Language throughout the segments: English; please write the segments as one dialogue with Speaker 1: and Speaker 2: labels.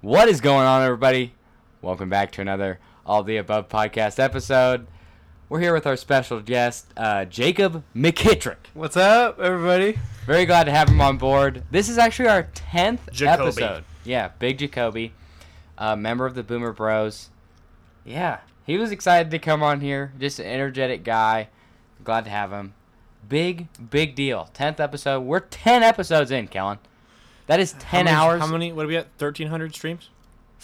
Speaker 1: What is going on, everybody? Welcome back to another All the Above podcast episode. We're here with our special guest, uh, Jacob McKittrick.
Speaker 2: What's up, everybody?
Speaker 1: Very glad to have him on board. This is actually our 10th
Speaker 3: Jacoby.
Speaker 1: episode. Yeah, Big Jacoby, a member of the Boomer Bros. Yeah, he was excited to come on here. Just an energetic guy. Glad to have him. Big, big deal. 10th episode. We're 10 episodes in, Kellen. That is 10
Speaker 2: How many-
Speaker 1: hours,
Speaker 2: How many? What are we at? Thirteen hundred streams.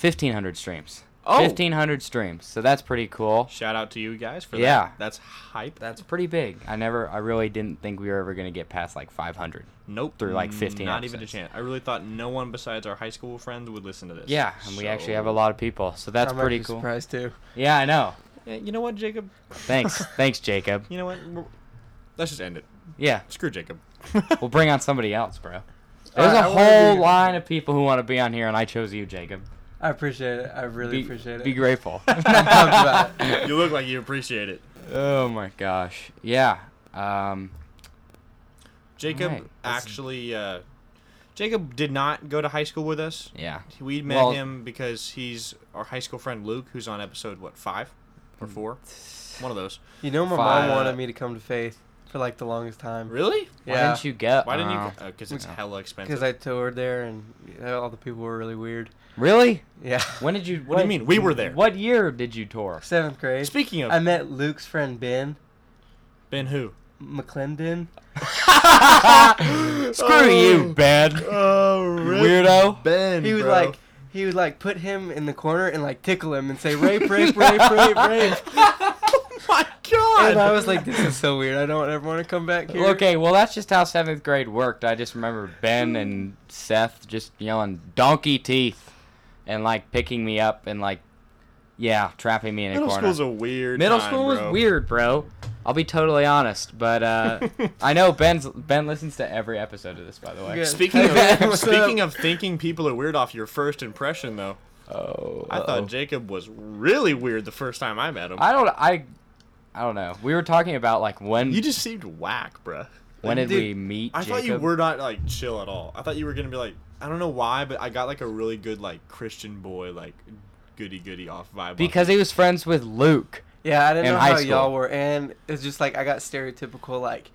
Speaker 1: 1,500 streams.
Speaker 2: Oh.
Speaker 1: 1,500 streams. So that's pretty cool.
Speaker 3: Shout out to you guys for
Speaker 1: Yeah.
Speaker 3: that. That's hype.
Speaker 1: That's pretty big. I never, I really didn't think we were ever going to get past like 500.
Speaker 3: nope.
Speaker 1: through, like, 15
Speaker 3: Not even a
Speaker 1: episodes.
Speaker 3: chance. I really thought no one besides our high school friends would listen to this.
Speaker 1: Yeah, and we actually have a
Speaker 3: So-
Speaker 1: lot of people. So that's
Speaker 2: I might
Speaker 1: pretty
Speaker 2: be
Speaker 1: cool.
Speaker 2: Surprised too.
Speaker 1: Yeah, I know.
Speaker 3: Eh, You know what, Jacob?
Speaker 1: Thanks. Thanks, Jacob.
Speaker 3: You know what? We're- Let's just end it.
Speaker 1: Yeah,
Speaker 3: Screw Jacob.
Speaker 1: we'll bring on somebody else, bro. There's
Speaker 2: I
Speaker 1: a
Speaker 2: wanna be-
Speaker 1: whole line of people who want to be on here, and I chose you, Jacob.
Speaker 2: I appreciate it. I really
Speaker 1: Be,
Speaker 2: appreciate it.
Speaker 1: be grateful.
Speaker 2: Talk about it.
Speaker 3: you look like you appreciate it.
Speaker 1: oh my gosh. Yeah. Um,
Speaker 3: Jacob
Speaker 1: Alright, let's-
Speaker 3: actually, uh, Jacob did not go to high school with us.
Speaker 1: yeah.
Speaker 3: We met
Speaker 1: Well-
Speaker 3: him because he's our high school friend Luke, who's on episode what five or
Speaker 1: Hmm.
Speaker 3: four, one of those.
Speaker 2: You know, my
Speaker 1: Fine.
Speaker 2: mom wanted me to come to faith for like the longest time.
Speaker 3: Really?
Speaker 1: Why
Speaker 2: Yeah.
Speaker 1: didn't you go?
Speaker 3: Why didn't
Speaker 1: Oh.
Speaker 3: you? Because it's hella expensive.
Speaker 2: Because I toured there and you know, all the people were really weird.
Speaker 1: really?
Speaker 2: Yeah.
Speaker 1: When did you?
Speaker 3: What do you mean? We were there.
Speaker 1: What year did you tour?
Speaker 2: Seventh grade.
Speaker 3: Speaking of
Speaker 2: I met Luke's friend Ben
Speaker 3: Ben, who?
Speaker 2: McClendon.
Speaker 1: Screw you, Ben.
Speaker 3: Oh,
Speaker 1: Weirdo.
Speaker 3: Ben.
Speaker 2: He would like. He would like put him in the corner and like tickle him and say rape, rape, rape, rape, rape.
Speaker 3: oh my god.
Speaker 2: And I was like, this is so weird. I don't ever want to come back here.
Speaker 1: Okay, well that's just how seventh grade worked. I just remember Ben and Seth just yelling "donkey teeth" and like picking me up and like, yeah, trapping me in a
Speaker 3: middle
Speaker 1: corner.
Speaker 3: school's a weird.
Speaker 1: Middle
Speaker 3: time,
Speaker 1: school was
Speaker 3: bro.
Speaker 1: weird, bro. I'll be totally honest, but uh, I know Ben's Ben listens to every episode of this, by the way.
Speaker 2: Good.
Speaker 3: Speaking
Speaker 2: Hey,
Speaker 3: of
Speaker 2: what's
Speaker 3: speaking of thinking people are weird off your first impression though,
Speaker 1: Oh,
Speaker 3: I
Speaker 1: uh-oh.
Speaker 3: thought Jacob was really weird the first time I met him.
Speaker 1: I don't. I I don't know. We were talking about like when
Speaker 3: you just seemed whack, bruh.
Speaker 1: when did
Speaker 2: Dude,
Speaker 1: we meet?
Speaker 3: I thought you
Speaker 1: Jacob?
Speaker 3: were not like chill at all. I thought you were gonna be like I don't know why, but I got like a really good like Christian boy like goody goody off vibe. off
Speaker 1: because
Speaker 3: you.
Speaker 1: he was friends with Luke.
Speaker 2: Yeah, I
Speaker 1: in
Speaker 2: didn't know
Speaker 1: high
Speaker 2: how
Speaker 1: school.
Speaker 2: y'all were, and it's just like I got stereotypical like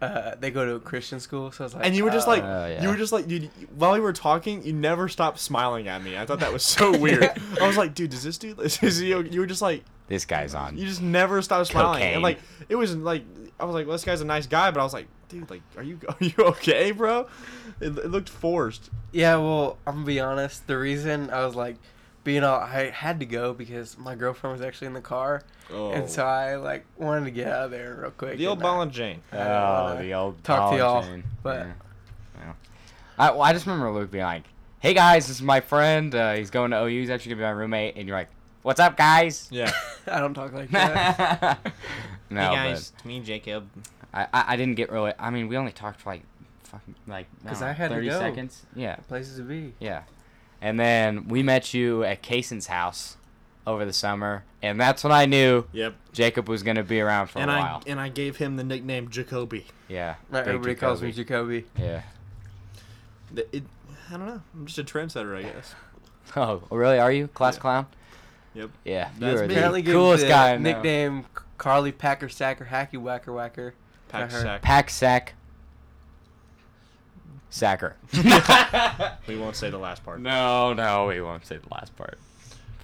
Speaker 2: uh, they go to a Christian school, so I was like,
Speaker 3: and you were just
Speaker 2: uh,
Speaker 3: like
Speaker 1: Oh, yeah.
Speaker 3: you were just like you, while we were talking you never stopped smiling at me i thought that was so weird i was like dude does this dude is he, o- you were just like
Speaker 1: This guy's on.
Speaker 3: you just never stopped smiling
Speaker 1: Cocaine.
Speaker 3: and like it was like i was like well, this guy's a nice guy but i was like dude like are you are you okay bro it, it looked forced
Speaker 2: yeah. Well, I'm gonna be honest. The reason I was like being all I had to go because my girlfriend was actually in the car,
Speaker 3: oh
Speaker 2: and so I like wanted to get out of there real quick.
Speaker 3: the old
Speaker 2: and I-
Speaker 3: ball and jane
Speaker 2: I didn't
Speaker 1: Oh,
Speaker 2: wanna
Speaker 1: the old
Speaker 2: talk
Speaker 1: college
Speaker 2: to y'all,
Speaker 1: man.
Speaker 2: but
Speaker 1: Yeah. Yeah. I, well, I just remember Luke being like, "Hey guys, this is my friend. Uh, he's going to OU. He's actually gonna be my roommate." And you're like, "What's up, guys?"
Speaker 3: yeah
Speaker 2: I don't talk like that.
Speaker 1: no,
Speaker 3: it's me jacob
Speaker 1: but I, I I didn't get really. I mean, we only talked for like fucking like I don't
Speaker 2: 'Cause
Speaker 1: know,
Speaker 2: I had to
Speaker 1: thirty
Speaker 2: go.
Speaker 1: seconds. Yeah,
Speaker 2: Places to be.
Speaker 1: yeah. And then we met you at Kaysen's house over the summer, and that's when I knew
Speaker 3: yep
Speaker 1: Jacob was gonna be around for
Speaker 3: and
Speaker 1: a
Speaker 3: i
Speaker 1: while.
Speaker 3: and i gave him the nickname jacoby
Speaker 1: Yeah.
Speaker 2: Not
Speaker 1: Big
Speaker 2: everybody calls me
Speaker 1: Jacoby.
Speaker 2: Jacoby.
Speaker 1: Yeah.
Speaker 3: The- it, i don't know i'm just a trendsetter i guess
Speaker 1: Oh, really? Are you class
Speaker 3: Yeah.
Speaker 1: clown?
Speaker 3: Yep.
Speaker 1: Yeah,
Speaker 3: That's
Speaker 1: you are
Speaker 3: me.
Speaker 2: Apparently,
Speaker 1: the
Speaker 2: gave
Speaker 1: coolest
Speaker 2: the
Speaker 1: guy. I know.
Speaker 2: nickname Carly Packer Sacker Hacky Whacker Whacker.
Speaker 3: pack
Speaker 2: heard.
Speaker 3: sack
Speaker 1: Pack sack. Sacker.
Speaker 3: we won't say the last part
Speaker 1: no, no, we won't say the last part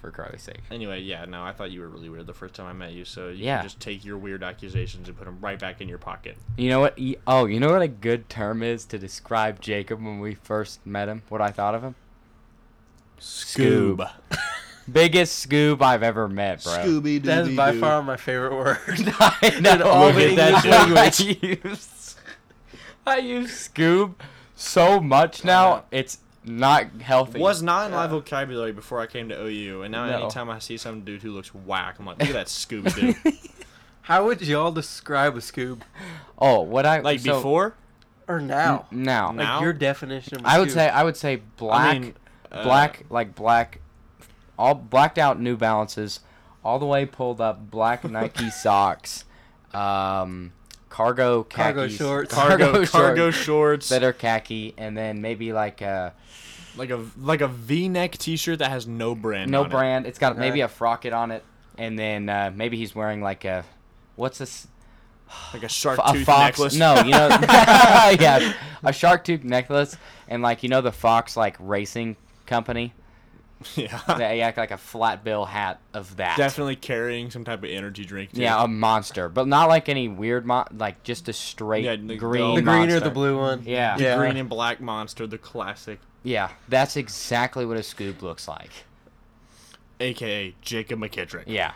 Speaker 1: for Carly's sake.
Speaker 3: Anyway, yeah, no, I thought you were really weird the first time I met you, so you
Speaker 1: Yeah.
Speaker 3: can just take your weird accusations and put them right back in your pocket.
Speaker 1: You know what? y- Oh, you know what a good term is to describe Jacob when we first met him. What I thought of him? Scoob. Biggest scoob I've ever met, bro.
Speaker 3: Scooby
Speaker 2: That is by far my favorite word.
Speaker 1: I know.
Speaker 2: all
Speaker 3: the
Speaker 1: that's what
Speaker 2: English
Speaker 1: I use, I use Scoob so much now. It's not healthy.
Speaker 3: Was not in my
Speaker 2: Yeah.
Speaker 3: vocabulary before I came to OU, and now
Speaker 1: No.
Speaker 3: anytime I see some dude who looks whack, I'm like, look at that Scooby Doo.
Speaker 2: How would y'all describe a scoob?
Speaker 1: oh, what I
Speaker 3: like
Speaker 1: so-
Speaker 3: before?
Speaker 2: Or now?
Speaker 1: now.
Speaker 3: No.
Speaker 2: Like
Speaker 3: Now?
Speaker 2: your definition of a
Speaker 1: I would
Speaker 2: scoob.
Speaker 1: say I would say black,
Speaker 3: mean, uh,
Speaker 1: black like black, all blacked out New Balances, all the way pulled up black Nike socks, um, cargo khakis,
Speaker 2: Cargo shorts.
Speaker 3: Cargo,
Speaker 1: cargo,
Speaker 3: cargo
Speaker 1: shorts
Speaker 3: shorts.
Speaker 1: that are khaki, and then maybe like uh, a
Speaker 3: like a like a V-neck T-shirt that has no brand.
Speaker 1: no
Speaker 3: on it.
Speaker 1: brand. It. has got
Speaker 2: Okay.
Speaker 1: maybe a frocket on it, and then uh, maybe he's wearing like a what's this?
Speaker 3: Like a shark
Speaker 1: a
Speaker 3: tooth
Speaker 1: fox?
Speaker 3: necklace.
Speaker 1: No, you know, yeah, a shark tooth necklace, and like you know the fox like racing company.
Speaker 3: yeah.
Speaker 1: They act like a flat bill hat of that.
Speaker 3: Definitely carrying some type of energy drink. too.
Speaker 1: Yeah, um, a monster, but not like any weird mon. Like just a straight
Speaker 3: Yeah, the-
Speaker 1: green.
Speaker 2: the green or
Speaker 1: monster.
Speaker 2: the blue one.
Speaker 1: Yeah.
Speaker 3: The
Speaker 2: Yeah.
Speaker 3: green and black monster, the classic,
Speaker 1: Yeah, that's exactly what a scoop looks like.
Speaker 3: aka Jacob McKittrick.
Speaker 1: Yeah.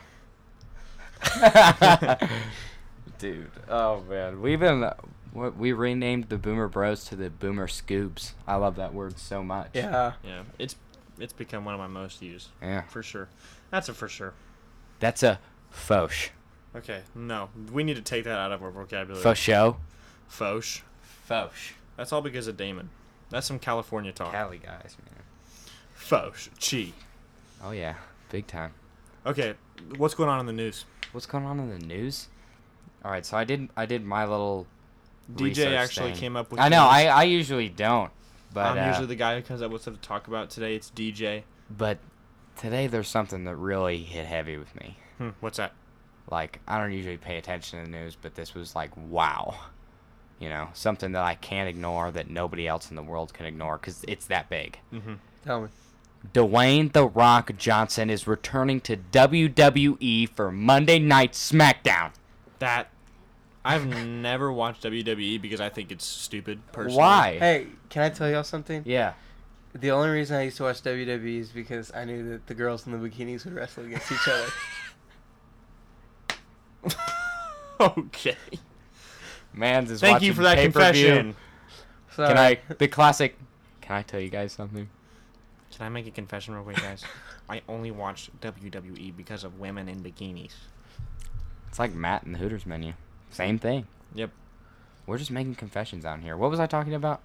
Speaker 1: Dude, oh man, we've been what we renamed the Boomer Bros to the Boomer Scoobs. I love that word so much.
Speaker 2: Yeah.
Speaker 3: Yeah, it's it's become one of my most used
Speaker 1: Yeah.
Speaker 3: for sure. That's a for sure.
Speaker 1: That's a fosh.
Speaker 3: Okay, no, we need to take that out of our vocabulary.
Speaker 1: Fosh show.
Speaker 3: Fosh.
Speaker 1: Fosh.
Speaker 3: That's all because of Damon. That's some California talk.
Speaker 1: Cali guys, man.
Speaker 3: Fosh. Chi.
Speaker 1: Oh yeah, big time.
Speaker 3: Okay, what's going on in the news?
Speaker 1: What's going on in the news? All right, so I did I did my little
Speaker 3: DJ
Speaker 1: research
Speaker 3: actually
Speaker 1: thing.
Speaker 3: came up with.
Speaker 1: I know
Speaker 3: news.
Speaker 1: I, I usually don't, but
Speaker 3: I'm
Speaker 1: uh,
Speaker 3: usually the guy who comes up with stuff to talk about. Today it's DJ.
Speaker 1: but today there's something that really hit heavy with me.
Speaker 3: Hmm, what's that?
Speaker 1: like I don't usually pay attention to the news, but this was like wow, you know, something that I can't ignore that nobody else in the world can ignore because it's that big.
Speaker 3: Mm-hmm.
Speaker 2: Tell me.
Speaker 1: Dwayne the Rock Johnson is returning to WWE for Monday Night SmackDown.
Speaker 3: That. I've never watched WWE because I think it's stupid. Personally.
Speaker 1: Why?
Speaker 2: Hey, can I tell y'all something?
Speaker 1: Yeah.
Speaker 2: The only reason I used to watch WWE is because I knew that the girls in the bikinis would wrestle against each other.
Speaker 3: okay.
Speaker 1: Man's is
Speaker 3: Thank you
Speaker 1: watching
Speaker 3: for that
Speaker 1: pay-per-view.
Speaker 3: confession.
Speaker 2: Sorry.
Speaker 1: Can I the classic? Can I tell you guys something?
Speaker 3: Can I make a confession real quick, guys? I only watched WWE because of women in bikinis.
Speaker 1: It's like Matt and the Hooters menu. Same thing.
Speaker 3: Yep.
Speaker 1: We're just making confessions on here. What was I talking about?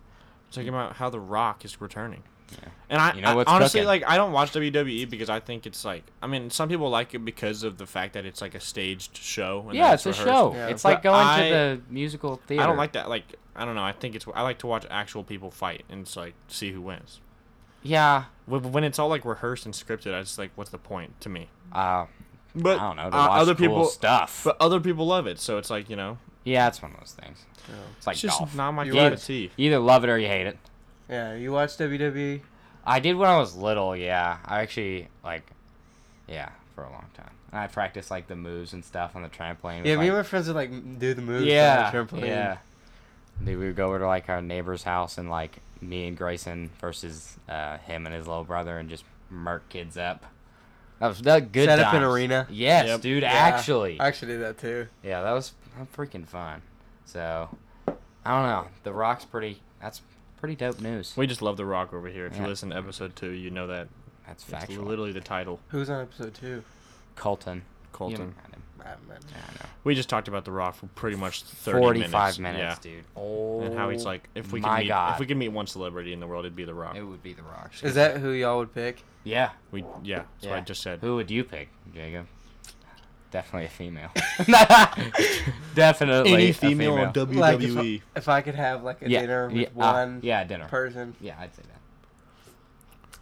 Speaker 3: Talking about how The Rock is returning.
Speaker 1: Yeah.
Speaker 3: And I,
Speaker 1: You know
Speaker 3: I-
Speaker 1: what's
Speaker 3: honestly
Speaker 1: cooking.
Speaker 3: like I don't watch WWE because I think it's like I mean some people like it because of the fact that it's like a staged show. and that
Speaker 1: yeah, it's a
Speaker 3: rehearsed.
Speaker 1: show.
Speaker 2: Yeah.
Speaker 1: It's like
Speaker 3: But
Speaker 1: going
Speaker 3: I-
Speaker 1: to the musical theater.
Speaker 3: I don't like that. Like I don't know. I think it's I like to watch actual people fight and it's like see who wins.
Speaker 1: Yeah.
Speaker 3: When when it's all like rehearsed and scripted, I just like what's the point to me?
Speaker 1: Uh,
Speaker 3: But
Speaker 1: I don't know. To
Speaker 3: uh,
Speaker 1: watch
Speaker 3: other
Speaker 1: cool
Speaker 3: people,
Speaker 1: stuff.
Speaker 3: but other people love it, so it's like you know,
Speaker 1: yeah, it's one of those things. It's like
Speaker 3: it's just
Speaker 1: golf.
Speaker 3: not my
Speaker 2: You
Speaker 3: cup
Speaker 2: watch-
Speaker 3: of tea.
Speaker 1: you either love it or you hate it.
Speaker 2: Yeah, you watch WWE?
Speaker 1: I did when I was little. Yeah, I actually like, yeah, for a long time. And I practiced like the moves and stuff on the trampoline. with,
Speaker 2: Yeah, me and
Speaker 1: like-
Speaker 2: my friends would like m- do the moves
Speaker 1: yeah,
Speaker 2: on the trampoline.
Speaker 1: yeah. Dude, we would go over to like our neighbor's house and like me and Grayson versus uh, him and his little brother and just murk kids up. That was that good.
Speaker 2: Set up an
Speaker 1: times.
Speaker 2: arena.
Speaker 1: Yes,
Speaker 3: Yep.
Speaker 1: dude.
Speaker 2: Yeah,
Speaker 1: Actually,
Speaker 2: I actually did that too.
Speaker 1: Yeah, that was I'm freaking fun. So, I don't know. The Rock's pretty. That's pretty dope news.
Speaker 3: We just love The Rock over here. If
Speaker 1: Yeah.
Speaker 3: you listen to episode two, you know that
Speaker 1: That's
Speaker 3: it's
Speaker 1: factual.
Speaker 3: literally the title.
Speaker 2: Who's on episode two?
Speaker 1: Colton.
Speaker 3: Colton.
Speaker 1: You don't know him.
Speaker 2: I don't remember.
Speaker 1: Yeah, I know.
Speaker 3: We just talked about The Rock for pretty much thirty
Speaker 1: Forty-five minutes,
Speaker 3: minutes
Speaker 1: dude. Oh,
Speaker 3: yeah. and how he's like, if we could
Speaker 1: my
Speaker 3: meet,
Speaker 1: God.
Speaker 3: if we could meet one celebrity in the world, it'd be The Rock.
Speaker 1: it would be the Rock.
Speaker 2: Oh. Is that who y'all would pick?
Speaker 1: Yeah.
Speaker 3: we, yeah, that's what I just said.
Speaker 1: Who would you pick, Jacob? Definitely a female. Definitely a female.
Speaker 2: Like, if I-
Speaker 3: E.
Speaker 2: If I could have like a
Speaker 1: yeah,
Speaker 2: dinner with
Speaker 1: yeah, uh,
Speaker 2: one
Speaker 1: yeah, dinner.
Speaker 2: person,
Speaker 1: yeah, I'd say that.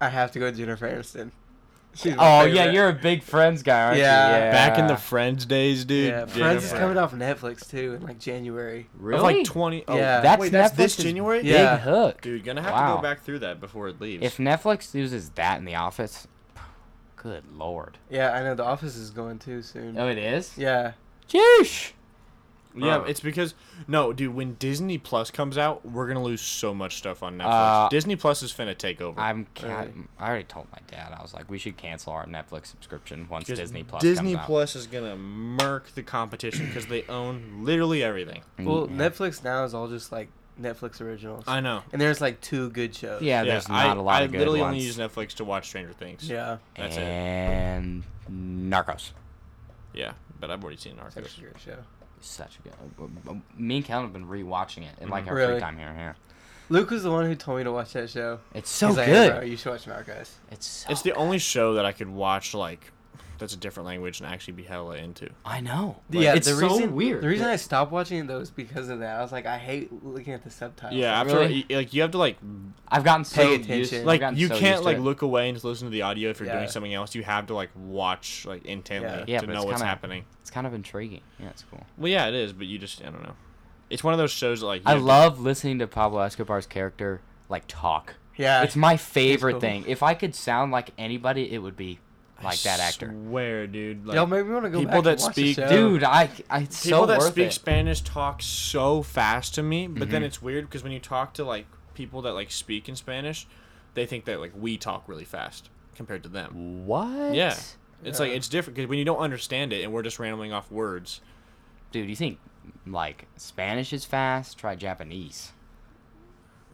Speaker 2: I have to go Jennifer Aniston. She's my
Speaker 1: Oh yeah,
Speaker 2: favorite.
Speaker 1: you're a big Friends guy, aren't you?
Speaker 2: Yeah.
Speaker 3: Back in the Friends days, dude.
Speaker 2: Yeah, Friends is
Speaker 1: Jennifer.
Speaker 2: coming off Netflix too in like January.
Speaker 1: really.
Speaker 3: Of like twenty. Oh,
Speaker 2: Yeah.
Speaker 1: that's
Speaker 3: wait, that's this
Speaker 1: Netflix's
Speaker 3: January.
Speaker 1: Big
Speaker 2: Yeah.
Speaker 1: hook.
Speaker 3: Dude, gonna have to
Speaker 1: Wow.
Speaker 3: go back through that before it leaves.
Speaker 1: If Netflix loses that in The Office, good lord. Oh,
Speaker 2: Yeah, I know The Office is going too soon.
Speaker 1: it is?
Speaker 2: Mm. Yeah,
Speaker 1: Jeesh!
Speaker 3: yeah,
Speaker 2: Oh.
Speaker 3: it's because no, dude. When Disney Plus comes out, we're gonna lose so much stuff on Netflix.
Speaker 1: Uh,
Speaker 3: Disney Plus is finna take over.
Speaker 1: I'm ca-
Speaker 2: Really?
Speaker 1: I already told my dad. I was like, we should cancel our Netflix subscription once
Speaker 3: 'Cause
Speaker 1: Disney Plus
Speaker 3: Disney
Speaker 1: comes
Speaker 3: Plus is gonna murk the competition because they own literally everything.
Speaker 1: out.
Speaker 2: well,
Speaker 1: Mm,
Speaker 2: Netflix now is all just like Netflix originals,
Speaker 3: I know.
Speaker 2: and there's like two good shows.
Speaker 1: yeah, there's not
Speaker 3: I,
Speaker 1: a lot
Speaker 3: I
Speaker 1: of good
Speaker 3: literally
Speaker 1: ones.
Speaker 3: only use Netflix to watch Stranger Things.
Speaker 2: yeah.
Speaker 3: That's it.
Speaker 1: and Narcos.
Speaker 3: Yeah, but I've already seen
Speaker 2: It's actually
Speaker 3: Narcos.
Speaker 2: a great show.
Speaker 1: Such a good. uh, Me and Calvin have been rewatching it in like our free
Speaker 2: Really?
Speaker 1: time here. Yeah,
Speaker 2: Luke was the one who told me to watch that show.
Speaker 1: it's so
Speaker 2: He's like, "Hey,
Speaker 1: good.
Speaker 2: bro, you should watch Narcos.
Speaker 1: it's so
Speaker 3: It's the only show that I could watch like that's a different language and actually be hella into.
Speaker 1: I know.
Speaker 2: yeah,
Speaker 1: it's
Speaker 2: the
Speaker 1: so
Speaker 2: reason,
Speaker 1: weird.
Speaker 2: The reason I stopped watching it though is because of that. I was like, I hate looking at the subtitles.
Speaker 3: Yeah, after
Speaker 1: Really?
Speaker 3: y- like you have to like
Speaker 1: I've gotten so
Speaker 2: Pay
Speaker 1: used.
Speaker 2: attention.
Speaker 1: I've
Speaker 3: like
Speaker 1: gotten
Speaker 3: you
Speaker 1: so used
Speaker 3: can't
Speaker 1: to
Speaker 3: like
Speaker 1: it.
Speaker 3: look away and just listen to the audio if you're
Speaker 2: Yeah.
Speaker 3: doing something else. You have to like watch like intently
Speaker 1: Yeah,
Speaker 3: to
Speaker 1: but
Speaker 3: know
Speaker 1: it's
Speaker 3: what's
Speaker 1: kinda-
Speaker 3: happening.
Speaker 1: It's kind of intriguing. Yeah, it's cool.
Speaker 3: Well, yeah, it is, but you just I don't know. It's one of those shows that like you
Speaker 1: I
Speaker 3: have to-
Speaker 1: love listening to Pablo Escobar's character like talk.
Speaker 2: yeah.
Speaker 1: It's my favorite
Speaker 2: cool.
Speaker 1: thing. If I could sound like anybody, it would be like that
Speaker 3: I
Speaker 1: actor.
Speaker 3: swear, dude. Like,
Speaker 2: Y'all made me want to go
Speaker 3: people
Speaker 2: back
Speaker 3: that
Speaker 2: and watch
Speaker 3: speak-
Speaker 2: the show.
Speaker 1: Dude, I, I it's
Speaker 3: people
Speaker 1: so
Speaker 3: that
Speaker 1: worth
Speaker 3: speak
Speaker 1: it.
Speaker 3: Spanish talk so fast to me, but then
Speaker 1: Mhm.
Speaker 3: it's weird because when you talk to like people that like speak in Spanish, they think that like we talk really fast compared to them.
Speaker 1: what?
Speaker 3: Yeah. It's like
Speaker 2: Yeah.
Speaker 3: it's different because when you don't understand it and we're just rambling off words.
Speaker 1: Dude, you think like Spanish is fast? Try Japanese.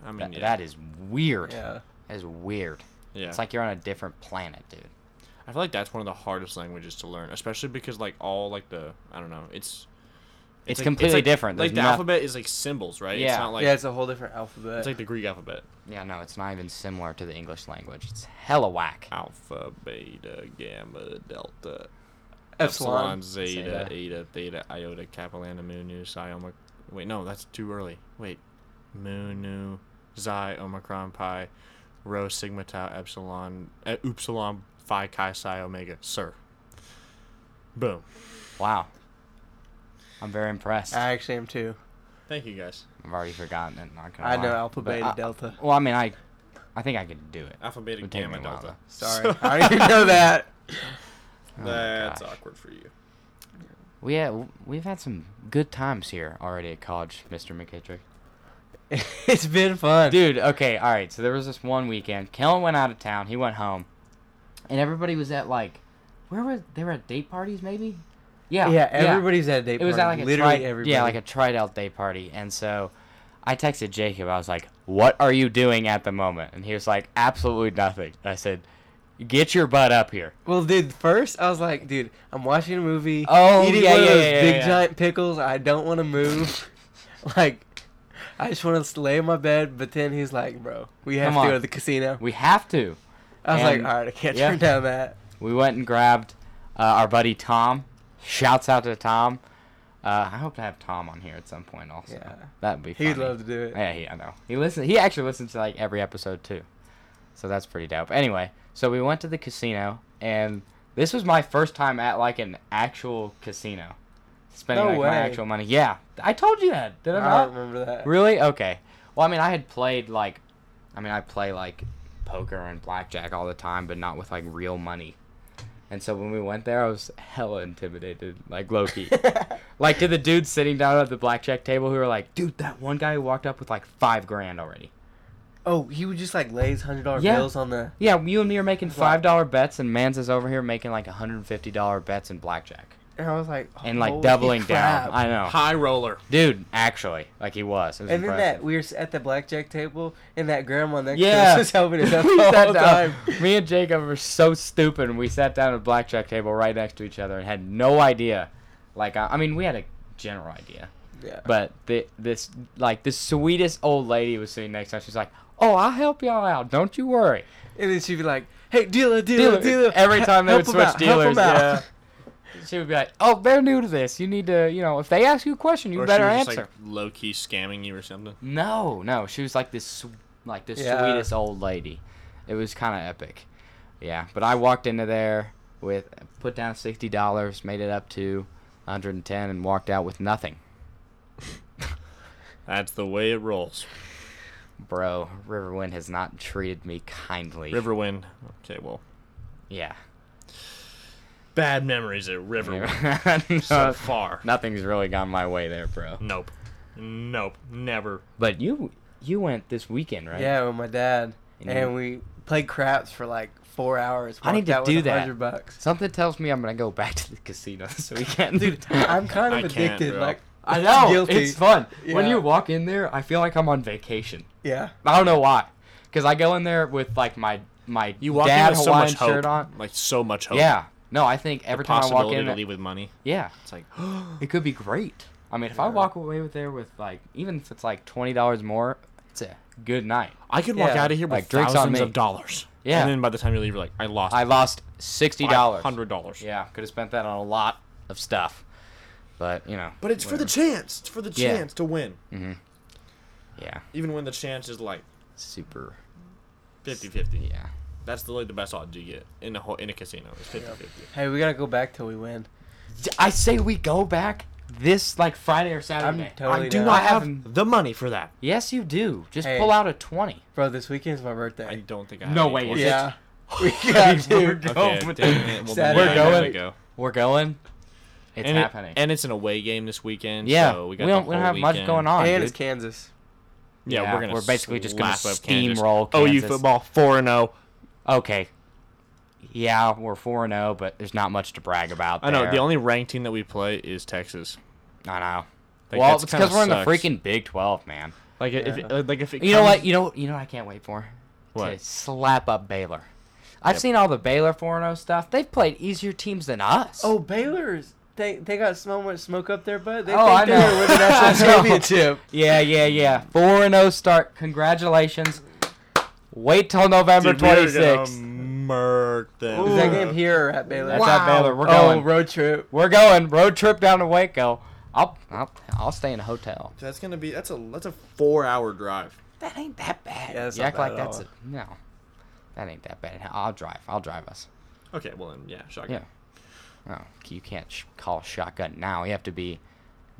Speaker 3: I mean,
Speaker 1: That,
Speaker 3: yeah,
Speaker 1: that is weird.
Speaker 2: Yeah.
Speaker 1: That is weird.
Speaker 3: yeah.
Speaker 1: It's like you're on a different planet, dude.
Speaker 3: I feel like that's one of the hardest languages to learn, especially because like all like the I don't know, it's
Speaker 1: It's
Speaker 3: like-
Speaker 1: completely
Speaker 3: like-
Speaker 1: different.
Speaker 3: Like
Speaker 1: There's
Speaker 3: the
Speaker 1: no-
Speaker 3: alphabet is like symbols, right? It's
Speaker 1: Yeah.
Speaker 3: not like
Speaker 2: yeah, it's a whole different alphabet.
Speaker 3: it's like the Greek alphabet.
Speaker 1: Yeah, no, it's not even similar to the English language. It's hella whack.
Speaker 3: Alpha, beta, gamma, delta,
Speaker 2: Epsilon.
Speaker 3: epsilon, zeta,
Speaker 1: Zeta.
Speaker 3: eta, theta, iota, kappa, lambda, mu, nu, psi, omicron. Wait, no, that's too early. Wait, mu, nu, xi, omicron, pi, rho, sigma, tau, epsilon, uh, upsilon, phi, chi, psi, omega, sir. Boom.
Speaker 1: Wow. I'm very impressed.
Speaker 2: I actually am too.
Speaker 3: Thank you guys.
Speaker 1: I've already forgotten it. Not gonna
Speaker 2: I know
Speaker 1: lie.
Speaker 2: alpha,
Speaker 1: But
Speaker 2: beta,
Speaker 1: I-
Speaker 2: delta.
Speaker 1: Well, I mean, I, I think I could do it.
Speaker 3: Alpha, beta,
Speaker 1: Would take
Speaker 3: gamma,
Speaker 1: me a while,
Speaker 3: delta.
Speaker 2: Sorry, I didn't even know that.
Speaker 1: Oh my
Speaker 3: That's
Speaker 1: gosh.
Speaker 3: awkward for you.
Speaker 1: We had, we've had some good times here already at college, Mr. McKittrick.
Speaker 2: it's been fun.
Speaker 1: Dude, okay, all right. So there was this one weekend. Kellen went out of town. He went home, and everybody was at like, where were they were at date parties maybe? Yeah,
Speaker 2: yeah, everybody's at a date
Speaker 1: It was at
Speaker 2: party.
Speaker 1: like a
Speaker 2: literally
Speaker 1: tri-
Speaker 2: everybody.
Speaker 1: yeah, like a tried out day party. And so, I texted Jacob. I was like, "What are you doing at the moment?" And he was like, "Absolutely nothing." And I said, "Get your butt up here."
Speaker 2: Well, dude, first I was like, dude, I'm watching a movie.
Speaker 1: Oh,
Speaker 2: eating
Speaker 1: yeah,
Speaker 2: one of
Speaker 1: yeah,
Speaker 2: those
Speaker 1: yeah, yeah,
Speaker 2: big
Speaker 1: yeah.
Speaker 2: giant pickles. I don't want to move. like, I just want to lay in my bed. But then he's like, bro, we have
Speaker 1: Come
Speaker 2: to
Speaker 1: on.
Speaker 2: go to the casino.
Speaker 1: We have to.
Speaker 2: I was
Speaker 1: And-
Speaker 2: like, all right, I can't
Speaker 1: yeah.
Speaker 2: turn down that.
Speaker 1: We went and grabbed uh, our buddy Tom. Shouts out to Tom. Uh, I hope to have Tom on here at some point also.
Speaker 2: Yeah.
Speaker 1: That'd be funny.
Speaker 2: He'd love to do it.
Speaker 1: Yeah, he, I know. He listen. He actually listens to like every episode too, so that's pretty dope. Anyway, so we went to the casino, and this was my first time at like an actual casino, spending
Speaker 2: No
Speaker 1: like my
Speaker 2: way.
Speaker 1: actual money. Yeah, I told you that. Did I
Speaker 2: I
Speaker 1: not?
Speaker 2: don't remember that.
Speaker 1: Really? Okay. Well, I mean, I had played like, I mean, I play like poker and blackjack all the time, but not with like real money. And so when we went there, I was hella intimidated, like low key. like to the dudes sitting down at the blackjack table who were like, dude, that one guy who walked up with like five grand already.
Speaker 2: Oh, he would just like lays hundred dollar
Speaker 1: Yeah.
Speaker 2: bills on the.
Speaker 1: Yeah, you and me are making
Speaker 2: Wow.
Speaker 1: five dollar bets, and Mans is over here making like hundred and fifty dollar bets in blackjack
Speaker 2: And I was like,
Speaker 1: and like
Speaker 2: holy
Speaker 1: doubling
Speaker 2: crap.
Speaker 1: down. I know,
Speaker 3: High roller.
Speaker 1: dude. Actually, like he was. It was
Speaker 2: And then
Speaker 1: impressive.
Speaker 2: that we were s- at the blackjack table, and that grandma next to
Speaker 1: Yeah.
Speaker 2: us was helping us out
Speaker 1: We
Speaker 2: the
Speaker 1: sat
Speaker 2: whole
Speaker 1: down.
Speaker 2: time.
Speaker 1: Me and Jacob were so stupid. and We sat down at a blackjack table right next to each other and had no idea. Like, I, I mean, we had a general idea,
Speaker 2: Yeah.
Speaker 1: but the, this, like, the sweetest old lady was sitting next to us. She's like, "Oh, I'll help y'all out. Don't you worry."
Speaker 2: And then she'd be like, "Hey, dealer,
Speaker 1: Dealer.
Speaker 2: dealer, dealer."
Speaker 1: Every time they
Speaker 2: Help
Speaker 1: would
Speaker 2: him
Speaker 1: switch
Speaker 2: out, help him
Speaker 1: dealers,
Speaker 2: out.
Speaker 1: yeah. She would be like, "Oh, they're new to this. You need to, you know, if they ask you a question, you
Speaker 3: Or she
Speaker 1: better
Speaker 3: was just,
Speaker 1: answer."
Speaker 3: Like, low key scamming you or something.
Speaker 1: No, no, she was like this, sw- like the
Speaker 2: Yeah.
Speaker 1: sweetest old lady. It was kind of epic. Yeah, but I walked into there with put down sixty dollars, made it up to one hundred and ten, and walked out with nothing.
Speaker 3: That's the way it rolls.
Speaker 1: Bro, Riverwind has not treated me kindly.
Speaker 3: Riverwind. Okay, well,
Speaker 1: Yeah.
Speaker 3: bad memories at Riverwind so
Speaker 1: no,
Speaker 3: far.
Speaker 1: nothing's really gone my way there, bro.
Speaker 3: Nope. Nope. Never.
Speaker 1: But you you went this weekend, right?
Speaker 2: Yeah, with my dad,
Speaker 1: And
Speaker 2: and
Speaker 1: you-
Speaker 2: we played craps for like four hours.
Speaker 1: I need
Speaker 2: walked
Speaker 1: to
Speaker 2: out
Speaker 1: do
Speaker 2: with
Speaker 1: that.
Speaker 2: Hundred bucks,
Speaker 1: Something tells me I'm gonna go back to the casino this weekend.
Speaker 2: dude. I'm kind
Speaker 3: I
Speaker 2: of
Speaker 3: can't,
Speaker 2: addicted.
Speaker 3: bro.
Speaker 2: Like
Speaker 1: I know
Speaker 2: guilty.
Speaker 1: it's fun. When
Speaker 2: Yeah.
Speaker 1: you walk in there, I feel like I'm on vacation.
Speaker 2: yeah,
Speaker 1: I don't know why. Because I go in there with like my my
Speaker 3: You walk
Speaker 1: dad
Speaker 3: in with so
Speaker 1: Hawaiian
Speaker 3: much hope.
Speaker 1: shirt on.
Speaker 3: Like so much hope.
Speaker 1: Yeah. No, I think every
Speaker 3: the
Speaker 1: time I walk
Speaker 3: possibility
Speaker 1: in,
Speaker 3: to leave with money.
Speaker 1: yeah,
Speaker 3: It's like
Speaker 1: it could be great. I mean, if I
Speaker 2: Yeah.
Speaker 1: walk away with there with like even if it's like twenty dollars more, it's a good night.
Speaker 3: I could walk
Speaker 2: Yeah.
Speaker 3: out of here with
Speaker 1: Like, drinks on
Speaker 3: thousands
Speaker 1: me.
Speaker 3: of dollars.
Speaker 1: Yeah.
Speaker 3: And then by the time you leave, you're like, I lost.
Speaker 1: I lost sixty dollars.
Speaker 3: Hundred dollars.
Speaker 1: Yeah, could have spent that on a lot of stuff, but you know.
Speaker 3: But it's for the chance. It's for the
Speaker 1: Yeah.
Speaker 3: chance to win.
Speaker 1: yeah,
Speaker 3: Even when the chance is like
Speaker 1: super.
Speaker 3: 50-50.
Speaker 1: Yeah,
Speaker 3: That's the, like the best odds you get in a whole in a casino. It's 50-50.
Speaker 2: Hey, we gotta go back till we win.
Speaker 1: I say we go back this like Friday or Saturday.
Speaker 2: I'm totally
Speaker 3: I do
Speaker 2: down.
Speaker 3: not
Speaker 1: I haven't-
Speaker 3: have the money for that.
Speaker 1: yes, you do. Just
Speaker 2: Hey.
Speaker 1: pull out a twenty.
Speaker 2: Bro, this weekend's my
Speaker 3: I
Speaker 2: birthday.
Speaker 3: don't think I. Have
Speaker 1: No
Speaker 3: any
Speaker 1: way,
Speaker 3: towards
Speaker 1: is
Speaker 3: it.
Speaker 1: it?
Speaker 2: yeah. We got
Speaker 1: We're
Speaker 2: to.
Speaker 1: going
Speaker 3: Okay,
Speaker 1: with it.
Speaker 3: damn it. Well,
Speaker 2: Saturday.
Speaker 3: then yeah, I
Speaker 1: We're
Speaker 3: gotta
Speaker 1: going.
Speaker 3: Go.
Speaker 1: We're going. It's
Speaker 3: and it-
Speaker 1: happening.
Speaker 3: and it's an away game this weekend.
Speaker 1: yeah,
Speaker 3: so
Speaker 1: we,
Speaker 3: we, got
Speaker 1: don't,
Speaker 3: the
Speaker 1: we don't
Speaker 3: whole
Speaker 1: have much
Speaker 3: weekend.
Speaker 1: going on.
Speaker 2: And
Speaker 1: dude.
Speaker 2: it's Kansas.
Speaker 3: Yeah,
Speaker 1: Yeah,
Speaker 3: we're gonna.
Speaker 1: we're basically just gonna
Speaker 3: slap up Kansas.
Speaker 1: steamroll
Speaker 3: OU
Speaker 1: Kansas.
Speaker 3: football four and oh. zero.
Speaker 1: Okay. Yeah, we're four and zero, but there's not much to brag about.
Speaker 3: I know
Speaker 1: there.
Speaker 3: the only ranked team that we play is Texas.
Speaker 1: I know.
Speaker 3: Like,
Speaker 1: well,
Speaker 3: that's
Speaker 1: it's
Speaker 3: kinda
Speaker 1: because we're in the
Speaker 3: sucks.
Speaker 1: freaking Big Twelve, man.
Speaker 3: Like if
Speaker 2: Yeah.
Speaker 3: uh, like if it
Speaker 1: You know
Speaker 3: comes-
Speaker 1: what? You know you know what I can't wait for
Speaker 3: What?
Speaker 1: to slap up Baylor. I've
Speaker 3: Yep.
Speaker 1: seen all the Baylor four zero stuff. They've played easier teams than us.
Speaker 2: Oh, Baylor's. They they got so much smoke up their butt. They
Speaker 1: Oh,
Speaker 2: think
Speaker 1: I
Speaker 2: they're
Speaker 1: know.
Speaker 2: gonna win the
Speaker 1: I
Speaker 2: national
Speaker 1: know.
Speaker 2: championship.
Speaker 1: yeah, yeah, yeah. Four and zero start. Congratulations. Wait till November
Speaker 3: Dude, we are
Speaker 1: twenty
Speaker 3: gonna
Speaker 1: sixth.
Speaker 2: um,
Speaker 3: murk them.
Speaker 2: Is that game here or at Baylor?
Speaker 1: That's at
Speaker 2: Wow.
Speaker 1: Baylor. We're
Speaker 2: Oh,
Speaker 1: going.
Speaker 2: road trip.
Speaker 1: We're going road trip down to Waco. I'll I'll, I'll stay in a hotel.
Speaker 3: That's gonna be that's a that's a four hour drive.
Speaker 1: That ain't that bad.
Speaker 2: Yeah, that's
Speaker 1: you
Speaker 2: not
Speaker 1: act
Speaker 2: bad
Speaker 1: like
Speaker 2: at
Speaker 1: that's
Speaker 2: all.
Speaker 1: a, no. That ain't that bad. I'll drive. I'll drive us.
Speaker 3: Okay, well then yeah, shotgun.
Speaker 1: Yeah. Oh, you can't sh- call shotgun now. You have to be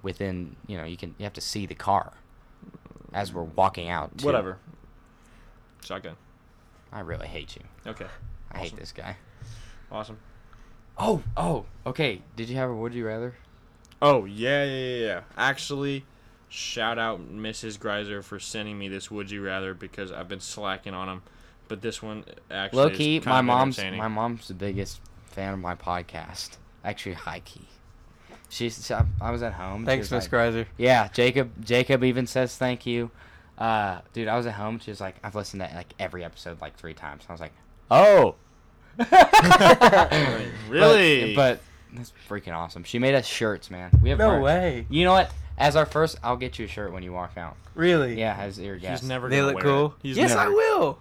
Speaker 1: within. You know, you can. You have to see the car as we're walking out. too.
Speaker 3: Whatever. Shotgun.
Speaker 1: I really hate you.
Speaker 3: Okay.
Speaker 1: I hate
Speaker 3: Awesome.
Speaker 1: this guy.
Speaker 3: Awesome.
Speaker 1: Oh, oh. Okay. Did you have a would you rather?
Speaker 3: Oh yeah, yeah, yeah, yeah. Actually, shout out Mrs. Greiser for sending me this would you rather because I've been slacking on them. But this one actually
Speaker 1: Low
Speaker 3: is
Speaker 1: key,
Speaker 3: kind
Speaker 1: my
Speaker 3: of
Speaker 1: mom's
Speaker 3: entertaining.
Speaker 1: my mom's the biggest fan of my podcast. Actually, high key. She's. I, I was at home. she
Speaker 2: Thanks,
Speaker 1: was
Speaker 2: Miss
Speaker 1: like,
Speaker 2: Greiser.
Speaker 1: Yeah, Jacob. Jacob even says thank you. Uh, dude, I was at home. She was like, I've listened to like every episode like three times. I was like, oh,
Speaker 3: Like, really.
Speaker 1: But, but that's freaking awesome. She made us shirts, man. We have
Speaker 2: No
Speaker 1: merch.
Speaker 2: way.
Speaker 1: You know what? As our first, I'll get you a shirt when you walk out.
Speaker 2: Really?
Speaker 1: Yeah, as your guest.
Speaker 3: he's never.
Speaker 2: They
Speaker 3: gonna
Speaker 2: look
Speaker 3: wear
Speaker 2: cool.
Speaker 3: It. He's
Speaker 2: yes,
Speaker 3: never,
Speaker 2: I will.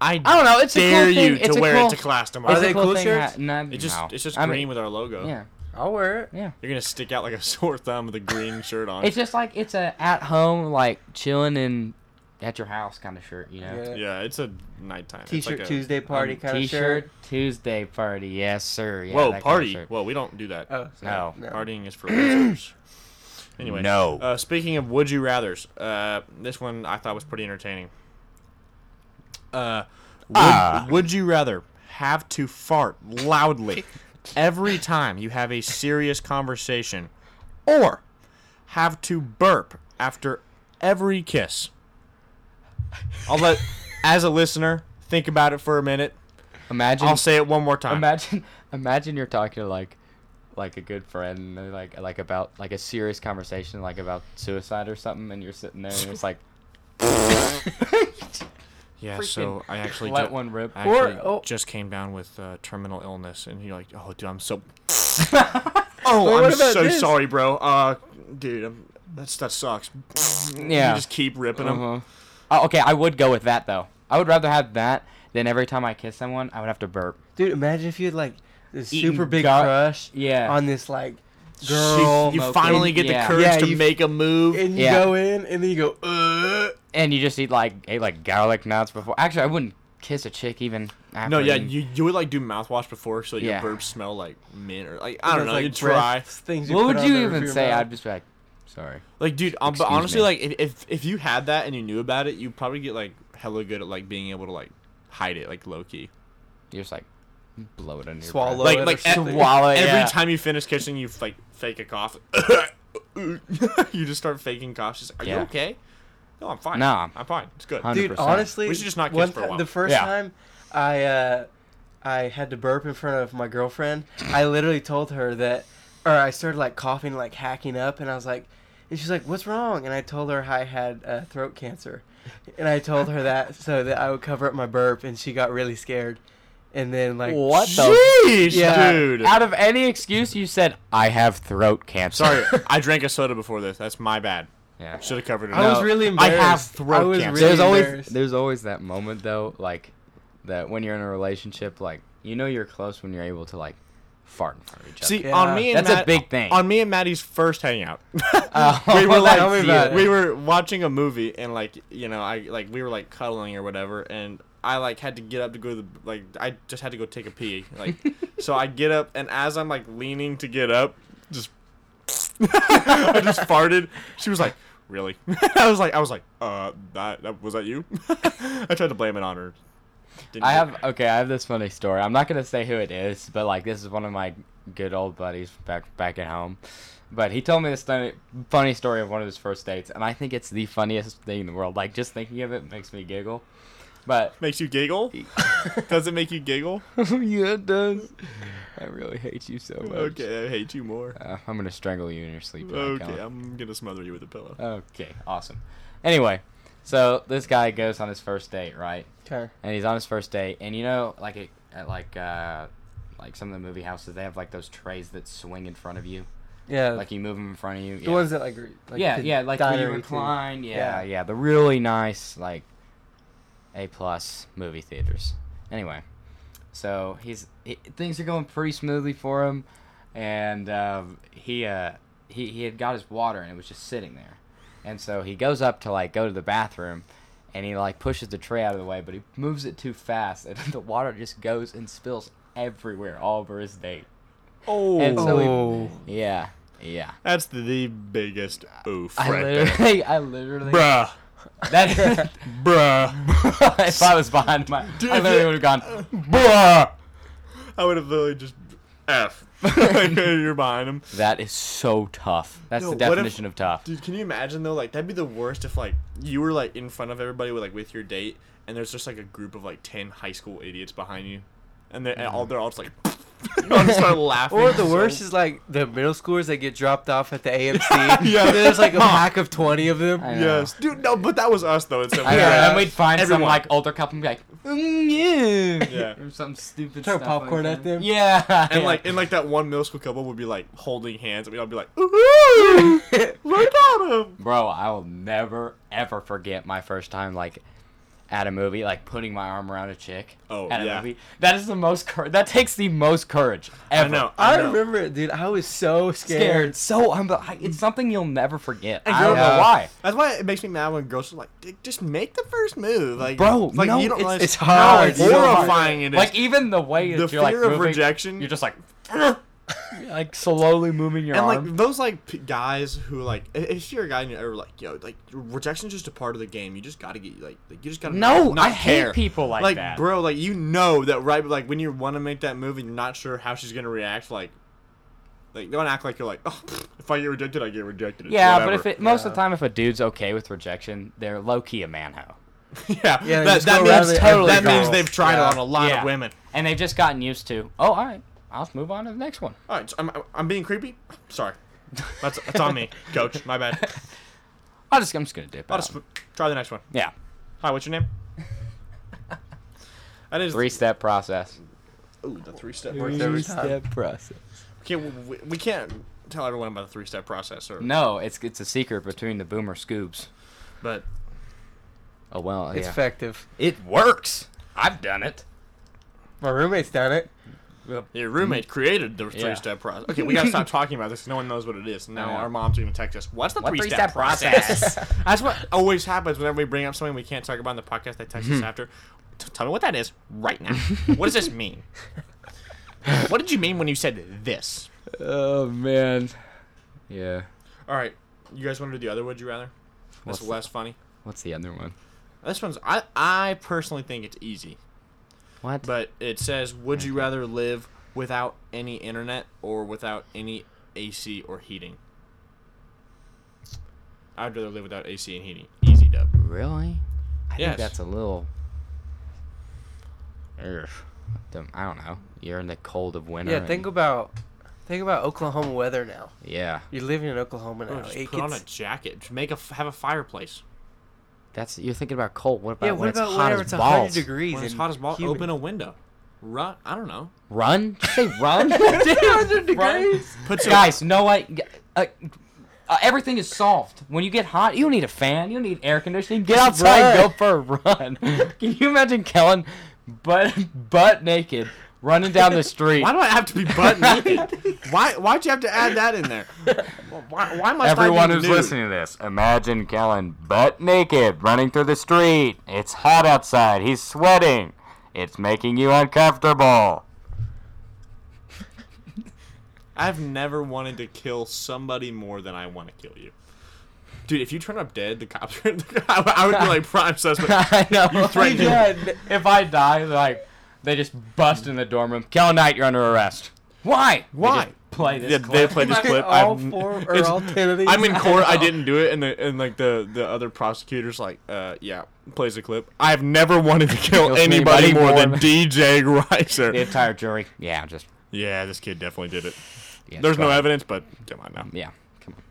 Speaker 3: I,
Speaker 1: I don't know. It's a cool
Speaker 3: dare you
Speaker 1: thing.
Speaker 3: to
Speaker 1: It's a
Speaker 3: wear
Speaker 1: cool-
Speaker 3: it to class tomorrow.
Speaker 2: Are
Speaker 1: It's a
Speaker 2: they cool
Speaker 1: thing
Speaker 2: shirts?
Speaker 1: that- no,
Speaker 3: It's just
Speaker 1: no.
Speaker 3: it's just
Speaker 1: I mean,
Speaker 3: green with our logo.
Speaker 1: yeah,
Speaker 2: I'll wear it.
Speaker 1: yeah.
Speaker 3: You're gonna stick out like a sore thumb with a green shirt on.
Speaker 1: It's just like it's a at home like chilling in at your house kind of shirt, you know.
Speaker 2: Yeah.
Speaker 3: yeah, it's a nighttime. It's
Speaker 2: T-shirt
Speaker 3: like a-
Speaker 2: Tuesday party kind of
Speaker 1: T-shirt
Speaker 2: shirt.
Speaker 1: Tuesday party, yes sir. Yeah,
Speaker 3: Whoa,
Speaker 1: that kinda
Speaker 3: party!
Speaker 1: shirt.
Speaker 3: Whoa, we don't do that.
Speaker 2: Oh,
Speaker 1: No.
Speaker 2: sorry.
Speaker 3: Partying is for losers. Anyway,
Speaker 1: No.
Speaker 3: Uh, speaking of would you rather's, uh, this one I thought was pretty entertaining. Uh, would,
Speaker 1: Ah.
Speaker 3: would you rather have to fart loudly every time you have a serious conversation, or have to burp after every kiss? I'll let, as a listener, think about it for a minute.
Speaker 1: Imagine
Speaker 3: I'll say it one more time.
Speaker 1: imagine imagine you're talking to like like a good friend and they're like like about like a serious conversation like about suicide or something and you're sitting there and it's like
Speaker 3: Yeah, so I actually
Speaker 1: let
Speaker 3: ju-
Speaker 1: one rip.
Speaker 3: I
Speaker 2: Or-
Speaker 3: actually
Speaker 2: oh.
Speaker 3: just came down with uh, terminal illness, and you're like, "Oh, dude, I'm so."
Speaker 2: But
Speaker 3: oh, I'm
Speaker 2: what about
Speaker 3: so
Speaker 2: this?
Speaker 3: sorry, bro. Uh, dude, I'm, that's that sucks.
Speaker 1: Yeah.
Speaker 3: You just keep ripping them.
Speaker 1: uh-huh. oh, okay i would go with that though i would rather have that than every time i kiss someone i would have to burp
Speaker 2: Dude, imagine if you had like this
Speaker 1: Eating
Speaker 2: super big
Speaker 1: gut-
Speaker 2: crush
Speaker 1: yeah
Speaker 2: on this like
Speaker 3: You-
Speaker 2: girl.
Speaker 3: you
Speaker 1: smoking.
Speaker 3: finally get
Speaker 1: Yeah.
Speaker 3: the courage
Speaker 2: Yeah,
Speaker 3: to
Speaker 2: you-
Speaker 3: make a move.
Speaker 2: and you
Speaker 1: Yeah.
Speaker 2: go in and then you go, uh.
Speaker 1: and you just eat like ate like garlic nuts before actually i wouldn't kiss a chick even after
Speaker 3: no, yeah,
Speaker 1: eating-
Speaker 3: you, you would like do mouthwash before, so
Speaker 1: Yeah.
Speaker 3: your burps smell like mint or like I don't
Speaker 2: Those,
Speaker 3: know.
Speaker 2: like,
Speaker 3: you try.
Speaker 2: breath Things
Speaker 1: what
Speaker 2: put
Speaker 1: would
Speaker 2: on
Speaker 1: you
Speaker 2: the roof
Speaker 1: even
Speaker 2: of your
Speaker 1: say
Speaker 2: mouth.
Speaker 1: i'd just be like sorry
Speaker 3: Like, dude, um, but
Speaker 1: Excuse
Speaker 3: honestly,
Speaker 1: me.
Speaker 3: like, if, if if you had that and you knew about it, you'd probably get like hella good at like being able to like hide it, like low key.
Speaker 1: you're just like blow it under
Speaker 2: Swallow
Speaker 1: your breath.
Speaker 2: it. or
Speaker 3: like like e-
Speaker 2: something.
Speaker 1: Swallow it,
Speaker 3: every
Speaker 1: yeah.
Speaker 3: time you finish kissing, you like fake a cough. you just start faking coughs. She's like, "Are
Speaker 1: Yeah.
Speaker 3: you okay?" No, I'm fine.
Speaker 1: No.
Speaker 3: I'm fine. It's good.
Speaker 1: Hun-
Speaker 2: Dude,
Speaker 1: 100%.
Speaker 2: honestly,
Speaker 3: We should just not kiss
Speaker 2: one
Speaker 3: for a
Speaker 2: ti-
Speaker 3: while.
Speaker 2: The first
Speaker 1: Yeah.
Speaker 2: time I uh, I had to burp in front of my girlfriend, I literally told her that, or I started like coughing, like hacking up, and I was like, and she's like, "What's wrong?" And I told her I had uh, throat cancer, and I told her that so that I would cover up my burp, and she got really scared, and then like
Speaker 1: What the?
Speaker 3: Jeez,
Speaker 2: Yeah.
Speaker 3: dude.
Speaker 1: Out of any excuse, you said I have throat cancer.
Speaker 3: Sorry, I drank a soda before this. That's my bad.
Speaker 1: Yeah.
Speaker 3: Should have covered it.
Speaker 2: I
Speaker 3: up.
Speaker 2: was
Speaker 1: No,
Speaker 2: really
Speaker 3: I
Speaker 2: embarrassed.
Speaker 3: have throat
Speaker 2: I was
Speaker 3: cancer.
Speaker 2: Really
Speaker 1: there's always
Speaker 2: embarrassed.
Speaker 1: there's always that moment though, like that when you're in a relationship, like you know you're close when you're able to like fart in front of each other.
Speaker 3: See,
Speaker 2: Yeah.
Speaker 3: on me and
Speaker 1: That's a
Speaker 3: Matt-
Speaker 1: big thing.
Speaker 3: On me and Mattie's first hangout,
Speaker 1: Oh,
Speaker 3: we were
Speaker 1: tell
Speaker 3: like,
Speaker 1: me about
Speaker 3: we
Speaker 1: it.
Speaker 3: were watching a movie and like you know I like we were like cuddling or whatever, and I like had to get up to go to the like I just had to go take a pee, like so I get up and as I'm like leaning to get up, just I just farted. She was like. Really? I was like, I was like, uh, that, that was that you? I tried to blame it on her. Didn't
Speaker 1: I
Speaker 3: work.
Speaker 1: have okay. I have this funny story. I'm not gonna say who it is, but like this is one of my good old buddies back back at home. But he told me this funny, funny story of one of his first dates, and I think it's the funniest thing in the world. Like just thinking of it makes me giggle. But
Speaker 3: makes you giggle. Does it make you giggle?
Speaker 1: yeah, it does. I really hate you so much.
Speaker 3: Okay, I hate you more.
Speaker 1: Uh, I'm gonna strangle you in your sleep. if I
Speaker 3: Okay,
Speaker 1: can.
Speaker 3: I'm gonna smother you with a pillow.
Speaker 1: Okay. Awesome. Anyway, so this guy goes on his first date, right?
Speaker 2: Okay.
Speaker 1: and he's on his first date and you know like it, at like uh like some of the movie houses they have like those trays that swing in front of you
Speaker 2: Yeah.
Speaker 1: like you move them in front of you
Speaker 2: Uh, the
Speaker 1: yeah.
Speaker 2: ones that like, re- like
Speaker 1: yeah
Speaker 2: the
Speaker 1: yeah like when you
Speaker 2: diary too.
Speaker 1: recline yeah, yeah
Speaker 2: Yeah.
Speaker 1: the really nice like a plus movie theaters anyway so he's he, things are going pretty smoothly for him and um, he uh he, he had got his water and it was just sitting there and so he goes up to like go to the bathroom and he like pushes the tray out of the way but he moves it too fast and the water just goes and spills everywhere all over his date
Speaker 3: Oh,
Speaker 1: and so we-
Speaker 2: Oh.
Speaker 1: yeah yeah
Speaker 3: that's the biggest oof
Speaker 1: I
Speaker 3: right there.
Speaker 1: literally, I literally,
Speaker 3: Bruh,
Speaker 1: that
Speaker 3: bruh,
Speaker 1: if I was behind my, I literally would have
Speaker 3: Uh.
Speaker 1: gone.
Speaker 3: bruh. I would have literally just f. like, you're behind him,
Speaker 1: That is so tough. That's
Speaker 3: No,
Speaker 1: the
Speaker 3: what if-
Speaker 1: definition of tough.
Speaker 3: dude. Can you imagine though? Like that'd be the worst if like you were like in front of everybody with like with your date, and there's just like a group of like ten high school idiots behind you, and they're and all they're all just like, you all just start laughing.
Speaker 2: Or the
Speaker 3: so
Speaker 2: worst is like the middle schoolers that get dropped off at the AMC.
Speaker 3: Yeah.
Speaker 2: yeah, there's like a pack of twenty of them.
Speaker 1: I know.
Speaker 3: Yes, dude. No, but that was us though. It's
Speaker 1: I know,
Speaker 2: Yeah.
Speaker 1: and then we'd find some
Speaker 3: Everyone.
Speaker 1: like older couple and be like, mm, yeah,
Speaker 3: Yeah.
Speaker 1: or some stupid
Speaker 2: Throw
Speaker 1: stuff
Speaker 2: popcorn
Speaker 1: like
Speaker 2: at
Speaker 1: that.
Speaker 2: them.
Speaker 1: Yeah,
Speaker 3: and
Speaker 1: yeah.
Speaker 3: like and like that one middle school couple would be like holding hands, and we'd all be like, "Ooh, look at him!"
Speaker 1: bro, I will never ever forget my first time like at a movie, like putting my arm around a chick.
Speaker 3: Oh,
Speaker 1: at a
Speaker 3: yeah.
Speaker 1: movie. That is the most cour- That takes the most courage ever.
Speaker 3: I know.
Speaker 2: I
Speaker 3: I, know.
Speaker 2: remember it, dude. I was so scared.
Speaker 1: Scared. So I'm. It's something you'll never forget.
Speaker 3: And
Speaker 1: I don't
Speaker 3: girl-
Speaker 1: know why.
Speaker 3: That's why it makes me mad when girls are like, "D- "Just make the first move." Like,
Speaker 1: Bro,
Speaker 3: like
Speaker 1: no,
Speaker 3: you
Speaker 1: it's-
Speaker 3: don't realize
Speaker 2: it's
Speaker 3: how
Speaker 2: hard.
Speaker 3: it's
Speaker 2: You don't
Speaker 3: horrifying it is.
Speaker 1: Like even the way
Speaker 3: the
Speaker 1: that
Speaker 3: fear
Speaker 1: you're like
Speaker 3: of
Speaker 1: moving,
Speaker 3: rejection.
Speaker 1: you're just like like slowly moving your
Speaker 3: and
Speaker 1: arm.
Speaker 3: like those like p- guys who like i- if you're a guy and you're ever like yo like rejection's just a part of the game you just gotta get like, like you just gotta
Speaker 1: No,
Speaker 3: not
Speaker 1: I hate
Speaker 3: care.
Speaker 1: people like that.
Speaker 3: bro like you know that right like when you want to make that move and you're not sure how she's gonna react like like don't act like you're like oh pfft, if I get rejected I get rejected It's
Speaker 1: yeah, but
Speaker 3: whatever."
Speaker 1: if it most of the time if a dude's okay with rejection, they're low key a manho,
Speaker 3: yeah,
Speaker 2: Yeah,
Speaker 3: that,
Speaker 2: just
Speaker 3: that
Speaker 2: go
Speaker 3: means
Speaker 2: around it
Speaker 1: totally
Speaker 3: that means
Speaker 1: girls.
Speaker 3: they've tried
Speaker 2: Yeah.
Speaker 3: on a lot
Speaker 1: Yeah.
Speaker 3: of women
Speaker 1: and they've just gotten used to. Oh, all right, I'll move on to the next one.
Speaker 3: all right so I'm I'm being creepy sorry that's that's on me coach my bad
Speaker 1: I'll just I'm just gonna dip
Speaker 3: I'll
Speaker 1: out.
Speaker 3: just try the next one
Speaker 1: yeah,
Speaker 3: hi what's your name I just,
Speaker 1: three step process.
Speaker 3: Ooh, the three step
Speaker 2: Worked
Speaker 3: process.
Speaker 2: every time.
Speaker 1: process.
Speaker 3: Can't, we, we can't tell everyone about the three step process, or,
Speaker 1: No, it's it's a secret between the boomer scoobs.
Speaker 3: but
Speaker 1: Oh well,
Speaker 2: It's
Speaker 1: yeah.
Speaker 2: effective.
Speaker 1: it works. I've done it.
Speaker 2: My roommate's done it.
Speaker 3: your roommate created the three step process. Okay, we gotta stop talking about this. 'cause No one knows what it is. Now
Speaker 1: I know.
Speaker 3: our mom's gonna text us. What's the
Speaker 1: What
Speaker 3: three
Speaker 1: three-step
Speaker 3: step
Speaker 1: process?"
Speaker 3: process? That's what always happens whenever we bring up something we can't talk about in the podcast. They text us
Speaker 1: Mm-hmm.
Speaker 3: after. "T- Tell me what that is right now. what does this mean? what did you mean when you said this?
Speaker 1: Oh man, yeah.
Speaker 3: All right, you guys want to do the other? Would you rather?
Speaker 1: What's
Speaker 3: That's
Speaker 1: the-
Speaker 3: less funny.
Speaker 1: What's the other one?
Speaker 3: This one's I I personally think it's easy.
Speaker 1: What?
Speaker 3: but it says would you rather live without any internet or without any AC or heating? I'd rather live without AC and heating. Easy dub.
Speaker 1: Really? I
Speaker 3: Yes.
Speaker 1: think that's a little. Ugh. Don't- I don't know. You're in the cold of winter.
Speaker 2: Yeah, think
Speaker 1: and-
Speaker 2: about think about Oklahoma weather now.
Speaker 1: Yeah,
Speaker 2: You're living in Oklahoma
Speaker 3: Oh,
Speaker 2: now.
Speaker 3: just
Speaker 2: It
Speaker 3: put on a
Speaker 2: gets-
Speaker 3: jacket. Just make a f- have a fireplace.
Speaker 1: that's you're thinking about cold. What about
Speaker 2: yeah,
Speaker 1: when
Speaker 2: what
Speaker 1: it's
Speaker 2: about
Speaker 1: hot
Speaker 2: whenever
Speaker 1: as
Speaker 2: it's
Speaker 1: balls?
Speaker 2: 100 degrees
Speaker 3: When it's
Speaker 2: and
Speaker 3: hot as balls,
Speaker 2: humid?
Speaker 3: open a window. Run. I don't know.
Speaker 1: Run? Did you say run?
Speaker 2: 100
Speaker 1: Run?
Speaker 2: degrees?
Speaker 3: Put some,
Speaker 1: Guys, no, I. Uh, Uh, everything is solved. When you get hot, you don't need a fan. You don't need air conditioning. Get outside and go for a run. Can you imagine Kellen butt, butt naked running down the street?
Speaker 3: Why do I have to be butt naked? why Why'd you have to add that in there? Why, why must I
Speaker 1: Everyone
Speaker 3: be
Speaker 1: who's
Speaker 3: nude?
Speaker 1: listening to this, imagine Kellen butt naked running through the street. It's hot outside. He's sweating. It's making you uncomfortable.
Speaker 3: I've never wanted to kill somebody more than I want to kill you. Dude, if you turn up dead, the cops are. I I would be like prime suspect.
Speaker 1: I know.
Speaker 3: You threatened
Speaker 1: Yeah, if I die, they're like they just bust in the dorm room. Kellen Knight, you're under arrest. Why? They
Speaker 3: Why?
Speaker 1: just play this.
Speaker 3: Yeah, they
Speaker 1: clip.
Speaker 3: played this
Speaker 2: Like,
Speaker 3: clip.
Speaker 2: all
Speaker 3: I've-
Speaker 2: four or
Speaker 3: it's-
Speaker 2: all ten of these?
Speaker 3: I'm in
Speaker 2: I
Speaker 3: court. I
Speaker 1: know.
Speaker 3: didn't do it, and the and like the the other prosecutor's like, uh, yeah, plays a clip. I've never wanted to kill
Speaker 1: Kills
Speaker 3: anybody
Speaker 1: anybody
Speaker 3: more
Speaker 1: more
Speaker 3: than
Speaker 1: than-
Speaker 3: DJ Reiser.
Speaker 1: the entire jury. Yeah, just.
Speaker 3: yeah, this kid definitely did it.
Speaker 1: yeah,
Speaker 3: There's
Speaker 1: go
Speaker 3: no
Speaker 1: ahead.
Speaker 3: evidence, but come on now,
Speaker 1: Yeah, come on.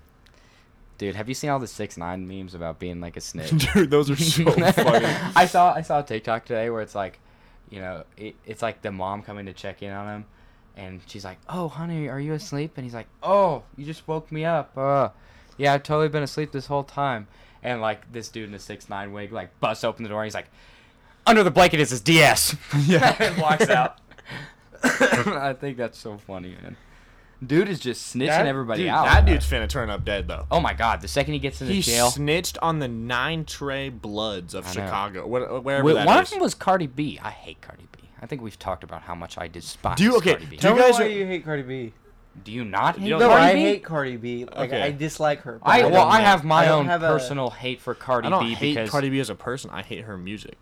Speaker 1: Dude, have you seen all the six nine memes about being like a snitch?
Speaker 3: dude, those are so funny.
Speaker 1: I saw I saw a TikTok today where it's like, you know, it, it's like the mom coming to check in on him, and she's like, "Oh, honey, are you asleep?" And he's like, "Oh, you just woke me up. Uh, yeah, I've totally been asleep this whole time." And like this dude in a six nine wig like busts open the door and he's like, "Under the blanket is his DS." Yeah, and walks out. I think that's so funny, man. Dude is just snitching
Speaker 2: That-
Speaker 1: everybody
Speaker 3: Dude,
Speaker 1: out.
Speaker 3: that dude's finna turn up dead though.
Speaker 1: Oh my god! The second he gets into
Speaker 3: He
Speaker 1: jail,
Speaker 3: snitched on the nine Trey Bloods of
Speaker 1: know.
Speaker 3: Chicago, wh- wherever
Speaker 1: Wait,
Speaker 3: that
Speaker 1: one
Speaker 3: is.
Speaker 1: of them was Cardi B. I hate Cardi B. I think we've talked about how much I despise
Speaker 3: Do you- okay,
Speaker 1: Cardi B.
Speaker 3: do
Speaker 2: Tell
Speaker 3: you
Speaker 2: you
Speaker 3: guys
Speaker 2: why
Speaker 3: are-
Speaker 2: you hate Cardi B.
Speaker 1: Do you not hate
Speaker 3: You don't
Speaker 2: No,
Speaker 1: Cardi
Speaker 2: I
Speaker 1: B?
Speaker 2: hate Cardi B. Like
Speaker 3: Okay.
Speaker 2: I dislike her. but
Speaker 1: I,
Speaker 2: don't
Speaker 1: well, I
Speaker 2: know.
Speaker 1: have my
Speaker 2: don't
Speaker 1: own
Speaker 2: have a-
Speaker 1: personal hate for Cardi
Speaker 3: I don't
Speaker 1: B
Speaker 3: hate
Speaker 1: because
Speaker 3: Cardi B as a person. I hate her music.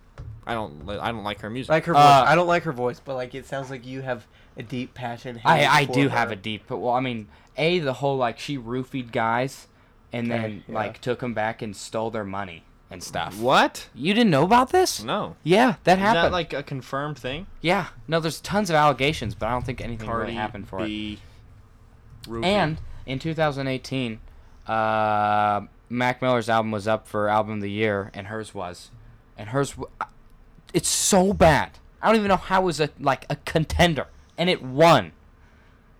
Speaker 3: I don't. li- I don't like her music.
Speaker 2: like her.
Speaker 1: Uh,
Speaker 2: voice. I don't like her voice, but like it sounds like you have a deep passion. hate
Speaker 1: I, I
Speaker 2: for
Speaker 1: do
Speaker 2: her.
Speaker 1: have a deep. But well, I mean, a the whole like she roofied guys, and
Speaker 2: Okay,
Speaker 1: then
Speaker 2: yeah.
Speaker 1: like took them back and stole their money and stuff.
Speaker 3: what?
Speaker 1: You didn't know about this?
Speaker 3: No.
Speaker 1: Yeah, that
Speaker 3: Is
Speaker 1: happened.
Speaker 3: that like a confirmed thing?
Speaker 1: yeah, no, there's tons of allegations, but I don't think anything really happened for it.
Speaker 3: B. Rufy.
Speaker 1: And in 2018, uh, Mac Miller's album was up for album of the year, and hers was, and hers, w- I- it's so bad. I don't even know how it was a like a contender, and it won.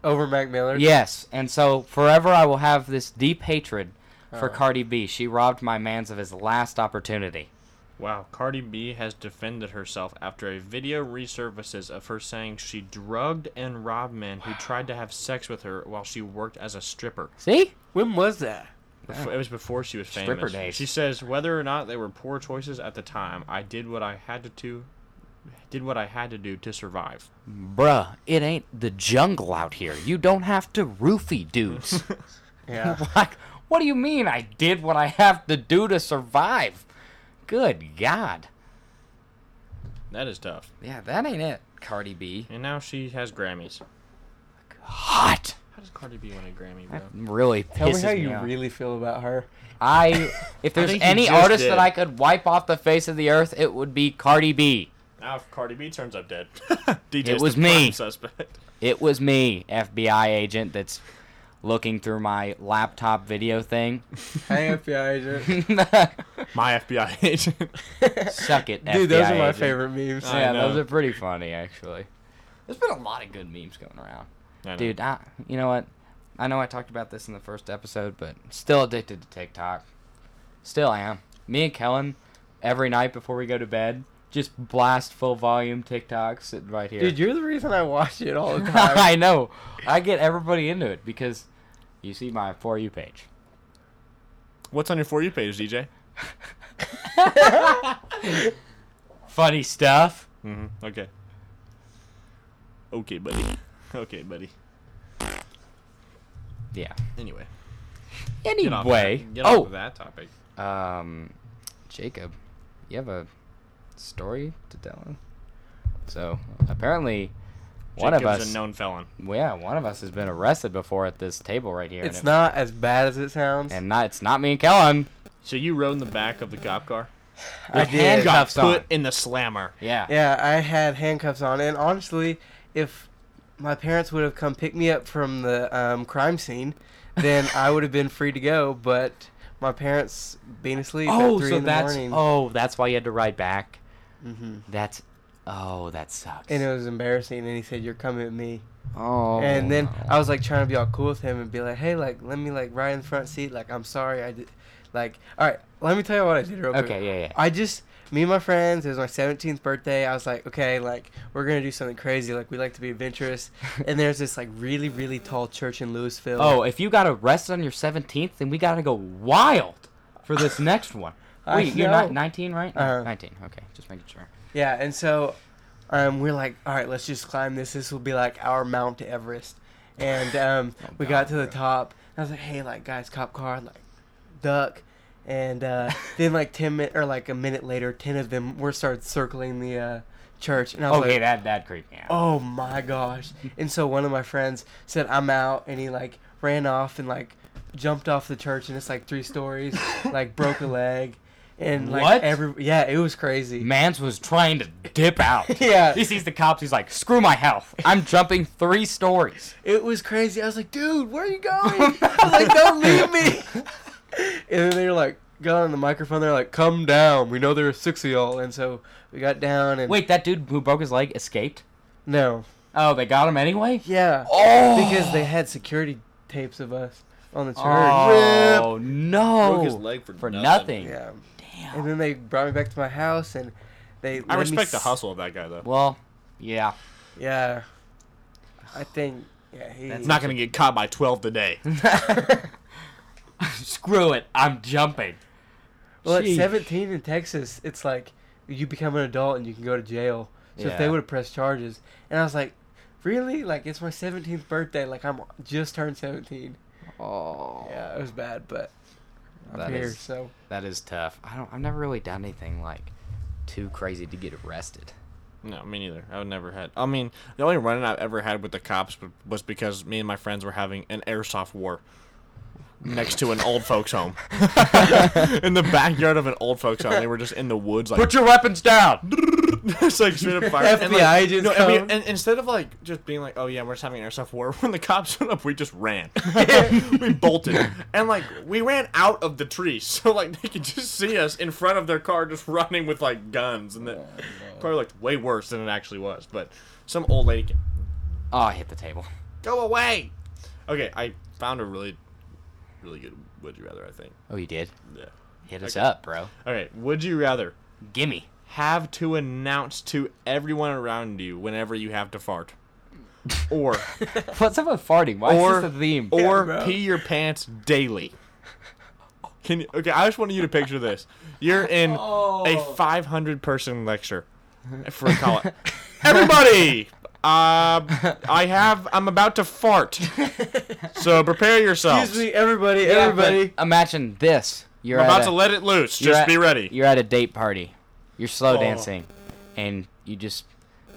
Speaker 2: over Mac Miller.
Speaker 1: Yes, and so forever I will have this deep hatred for
Speaker 2: Oh.
Speaker 1: Cardi B. She robbed my man's of his last opportunity.
Speaker 3: wow, Cardi B has defended herself after a video resurfaces of her saying she drugged and robbed men who tried to have sex with her while she worked as a stripper.
Speaker 1: See?
Speaker 2: When was that?
Speaker 3: Befo- It was before she was famous.
Speaker 1: Stripper days.
Speaker 3: She says whether or not they were poor choices at the time, I did what I had to do, did what I had to do to survive.
Speaker 1: Bruh, it ain't the jungle out here. You don't have to roofie dudes.
Speaker 2: Yeah.
Speaker 1: like, what do you mean I did what I have to do to survive? Good God.
Speaker 3: That is tough.
Speaker 1: Yeah, that ain't it, Cardi B.
Speaker 3: And now she has Grammys.
Speaker 1: Hot.
Speaker 3: How does Cardi B win a Grammy, bro?
Speaker 1: Really
Speaker 2: Tell me
Speaker 1: pisses
Speaker 2: how
Speaker 1: me
Speaker 2: you
Speaker 1: off.
Speaker 2: really feel about her.
Speaker 1: I, if there's
Speaker 3: think you
Speaker 1: any
Speaker 3: just
Speaker 1: artist
Speaker 3: did.
Speaker 1: that I could wipe off the face of the earth, it would be Cardi B.
Speaker 3: Now if Cardi B turns up dead, DJ's
Speaker 1: was
Speaker 3: the prime
Speaker 1: me.
Speaker 3: Suspect.
Speaker 1: It was me, FBI agent, that's looking through my laptop video thing.
Speaker 2: Hey, FBI agent.
Speaker 3: My FBI agent.
Speaker 1: Suck it,
Speaker 2: Dude, those
Speaker 1: FBI
Speaker 2: are my
Speaker 1: agent.
Speaker 2: favorite memes.
Speaker 3: I
Speaker 1: Yeah, those
Speaker 3: know.
Speaker 1: are pretty funny actually. There's been a lot of good memes going around. Dude, I, you know what? I know I talked about this in the first episode, but still addicted to TikTok. Still I am. Me and Kellen, every night before we go to bed, just blast full volume TikTok sitting right here.
Speaker 2: Dude, you're the reason I watch it all the time.
Speaker 1: I know. I get everybody into it because you see my for you page.
Speaker 3: What's on your For You page, DJ?
Speaker 1: Funny stuff.
Speaker 3: Mm-hmm. Okay. Okay, buddy. Okay, buddy.
Speaker 1: Yeah.
Speaker 3: Anyway. Get off,
Speaker 1: Anyway,
Speaker 3: That, get off of
Speaker 1: oh,
Speaker 3: that topic.
Speaker 1: um, Jacob, you have a story to tell. So apparently, one of
Speaker 3: Jacob's
Speaker 1: us,
Speaker 3: a known felon.
Speaker 1: yeah, one of us has been arrested before at this table right here.
Speaker 2: it's
Speaker 1: and, it-
Speaker 2: not as bad as it sounds.
Speaker 1: and not it's not me and Kellen.
Speaker 3: So you rode in the back of the cop car?
Speaker 2: I
Speaker 1: with
Speaker 2: did.
Speaker 1: handcuffs
Speaker 3: Got
Speaker 1: on.
Speaker 3: put in the slammer.
Speaker 1: Yeah.
Speaker 2: Yeah, I had handcuffs on, and honestly, if my parents would have come pick me up from the um, crime scene, then I would have been free to go. But my parents being asleep
Speaker 1: Oh,
Speaker 2: at three
Speaker 1: so
Speaker 2: in the
Speaker 1: that's
Speaker 2: morning,
Speaker 1: oh, that's why you had to ride back.
Speaker 2: Mhm.
Speaker 1: That's oh, that sucks.
Speaker 2: and it was embarrassing. And he said, "You're coming with me."
Speaker 1: Oh.
Speaker 2: and then I was like trying to be all cool with him and be like, hey, like let me like ride in the front seat. Like I'm sorry, I did. Like all right, let me tell you what I did real quick.
Speaker 1: Okay, yeah, yeah.
Speaker 2: I just me and my friends. It was my 17th birthday. I was like, okay, like we're gonna do something crazy. Like we like to be adventurous. and there's this like really really tall church in Louisville.
Speaker 1: Oh, if you got arrested on your 17th, then we got to go wild for this next one.
Speaker 2: I
Speaker 1: Wait, you're not
Speaker 2: know.
Speaker 1: 19, right?
Speaker 2: Uh-huh.
Speaker 1: 19. Okay, just making sure.
Speaker 2: Yeah, and so um, we're like, all right, let's just climb this. This will be like our Mount Everest. And um,
Speaker 1: Oh,
Speaker 2: we
Speaker 1: God,
Speaker 2: got to the
Speaker 1: bro.
Speaker 2: top. And I was like, hey, like guys, cop car, like duck. And uh, then like ten minutes or like a minute later, ten of them were started circling the uh, church. And I was
Speaker 1: Okay,
Speaker 2: like,
Speaker 1: that that creeped me out.
Speaker 2: oh my gosh! And so one of my friends said, I'm out, and he like ran off and like jumped off the church, and it's like three stories, like broke a leg, and like
Speaker 1: What?
Speaker 2: every yeah, it was crazy.
Speaker 1: Mance was trying to dip out.
Speaker 2: Yeah.
Speaker 1: He sees the cops. He's like, "Screw my health! I'm jumping three stories."
Speaker 2: It was crazy. I was like, dude, where are you going? I was like, don't leave me. And then they were like, got on the microphone. They're like, come down. We know there are six of y'all. And so we got down and.
Speaker 1: Wait, that dude who broke his leg escaped.
Speaker 2: No.
Speaker 1: Oh, they got him anyway.
Speaker 2: Yeah.
Speaker 1: Oh.
Speaker 2: Because they had security tapes of us on the church.
Speaker 1: Oh no.
Speaker 3: Broke his leg for
Speaker 1: for nothing.
Speaker 3: nothing.
Speaker 2: Yeah.
Speaker 1: Damn.
Speaker 2: And then they brought me back to my house and they.
Speaker 3: I
Speaker 2: let me
Speaker 3: respect the
Speaker 2: s-
Speaker 3: hustle of that guy though.
Speaker 1: Well, yeah.
Speaker 2: Yeah. I think. Yeah, he.
Speaker 1: That's
Speaker 3: He's not gonna get caught by twelve today.
Speaker 1: Screw it. I'm jumping.
Speaker 2: Well, at
Speaker 1: Sheesh.
Speaker 2: 17 in Texas, it's like you become an adult and you can go to jail. So if they
Speaker 1: Yeah.
Speaker 2: would have pressed charges, and I was like, really? Like it's my 17th birthday. Like I'm just turned 17.
Speaker 1: Oh.
Speaker 2: Yeah, it was bad, but I'm
Speaker 1: That
Speaker 2: here.
Speaker 1: is-
Speaker 2: So
Speaker 1: That is tough. I don't. I've never really done anything like too crazy to get arrested.
Speaker 3: No, me neither. I've never had. I mean, the only run-in I've ever had with the cops w- was because me and my friends were having an airsoft war next to an old folks' home in the backyard of an old folks' home. They were just in the woods, like
Speaker 1: Put your weapons down.
Speaker 3: it's like straight up fire. and, like,
Speaker 2: FBI just
Speaker 3: no, I mean,
Speaker 2: come.
Speaker 3: and instead of like just being like, oh yeah, we're just having an airsoft war. When the cops showed up, we just ran. we bolted, and like we ran out of the trees, so like they could just see us in front of their car, just running with like guns, and the car looked way worse than it actually was. But some old lady, came,
Speaker 1: Oh, I hit the table.
Speaker 3: go away. Okay, I found a really, really good would you rather. I think.
Speaker 1: Oh, you did.
Speaker 3: Yeah.
Speaker 1: Hit us
Speaker 3: Okay.
Speaker 1: up, bro.
Speaker 3: Okay, would you rather
Speaker 1: Gimme.
Speaker 3: have to announce to everyone around you whenever you have to fart? Or
Speaker 1: What's up with farting? Why
Speaker 3: Or-
Speaker 1: is this a theme?
Speaker 3: or
Speaker 2: bro.
Speaker 3: pee your pants daily. Can you, okay, I just wanted you to picture this. You're in
Speaker 1: Oh.
Speaker 2: Oh.
Speaker 3: a 500 person lecture for college. Everybody, uh, I have I'm about to fart, so prepare yourselves.
Speaker 2: excuse me, everybody,
Speaker 1: Yeah,
Speaker 2: everybody.
Speaker 1: but imagine this. You're
Speaker 3: I'm
Speaker 1: at
Speaker 3: about
Speaker 1: a-
Speaker 3: to let it loose.
Speaker 1: you're
Speaker 3: Just
Speaker 1: at-
Speaker 3: be ready.
Speaker 1: You're at a date party. You're slow
Speaker 3: Oh.
Speaker 1: dancing, and you just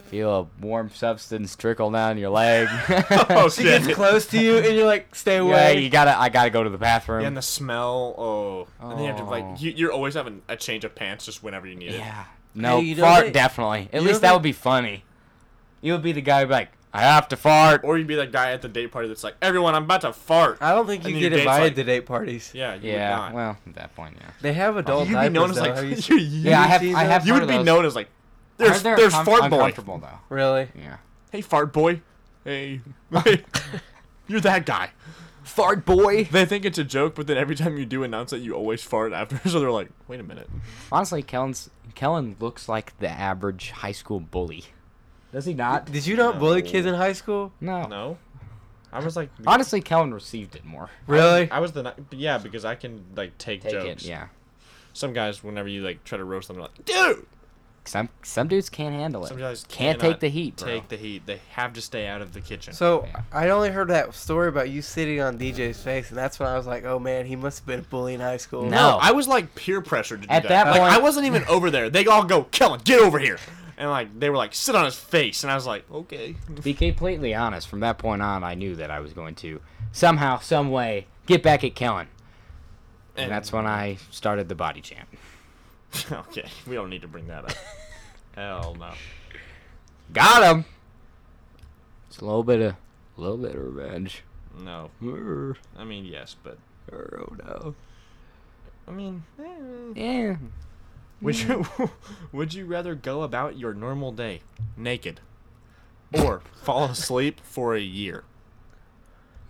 Speaker 1: feel a warm substance trickle down your leg.
Speaker 3: Oh
Speaker 2: She gets
Speaker 3: shit!
Speaker 2: close to you and you're like, stay
Speaker 1: yeah,
Speaker 2: away.
Speaker 1: you gotta. I gotta go to the bathroom.
Speaker 3: And the smell. Oh, and then you have to
Speaker 1: Oh.
Speaker 3: like you, you're always having a change of pants just whenever you need it.
Speaker 1: Yeah. No,
Speaker 2: you know
Speaker 1: fart
Speaker 2: they-
Speaker 1: definitely. At
Speaker 2: know
Speaker 1: least that
Speaker 2: they-
Speaker 1: would be funny. You would be the guy who'd be like, I have to fart.
Speaker 3: Or you'd be that guy at the date party that's like, everyone, I'm about to fart.
Speaker 2: I don't think
Speaker 3: And
Speaker 2: you
Speaker 3: your
Speaker 2: get
Speaker 3: date's
Speaker 2: invited
Speaker 3: like-
Speaker 2: to date parties.
Speaker 3: Yeah, you would
Speaker 1: Uh, yeah.
Speaker 3: not.
Speaker 1: Well, at that point, yeah.
Speaker 2: They have adult
Speaker 3: You'd be
Speaker 2: diapers.
Speaker 3: known as
Speaker 2: though. Have you
Speaker 3: like.
Speaker 2: seen-
Speaker 3: you
Speaker 1: Yeah, I have.
Speaker 2: see
Speaker 1: I
Speaker 2: those?
Speaker 1: have.
Speaker 3: you
Speaker 1: heard
Speaker 3: would
Speaker 1: of
Speaker 3: be
Speaker 1: those.
Speaker 3: known as like.
Speaker 1: Heard
Speaker 3: There's
Speaker 1: they're
Speaker 3: there's
Speaker 1: uncom-
Speaker 3: fart boy.
Speaker 1: uncomfortable, though.
Speaker 2: Really?
Speaker 1: Yeah.
Speaker 3: Hey fart boy. Hey. Hey. You're that guy.
Speaker 1: Fart boy.
Speaker 3: They think it's a joke, but then every time you do announce it, you always fart after. So they're like, wait a minute.
Speaker 1: Honestly, Kellen's Kellen looks like the average high school bully. Does he not?
Speaker 2: Did you not bully
Speaker 3: No.
Speaker 2: kids in high school?
Speaker 1: No.
Speaker 3: No. I was like.
Speaker 1: Honestly, Kellen received it more.
Speaker 2: Really?
Speaker 3: I was the ni- yeah because I can like take,
Speaker 1: Take
Speaker 3: jokes.
Speaker 1: it, yeah.
Speaker 3: Some guys, whenever you like try to roast them, they're like, dude.
Speaker 1: Some some dudes can't handle it.
Speaker 3: Some guys
Speaker 1: Can't
Speaker 3: cannot
Speaker 1: take the heat, bro.
Speaker 3: Take the heat. They have to stay out of the kitchen.
Speaker 2: So
Speaker 1: Yeah.
Speaker 2: I only heard that story about you sitting on DJ's face, and that's when I was like, "Oh man, he must have been a bully in high school."
Speaker 1: No.
Speaker 3: No, I was like peer pressured to do
Speaker 1: At
Speaker 3: that.
Speaker 1: that
Speaker 3: like,
Speaker 1: point-
Speaker 3: I wasn't even over there. They all go, Kellen, get over here. And like they were like, sit on his face, and I was like, okay.
Speaker 1: To be completely honest, from that point on, I knew that I was going to somehow, some way, get back at Kellen, and that's when I started the body champ.
Speaker 3: okay. We don't need to bring that up. Hell no.
Speaker 1: Got him. It's a little bit of, a little bit of revenge.
Speaker 3: No.
Speaker 1: Urgh,
Speaker 3: I mean yes, but
Speaker 1: urgh, Oh no.
Speaker 3: I mean, eh.
Speaker 1: Yeah.
Speaker 3: would you would you rather go about your normal day naked, or fall asleep for a year.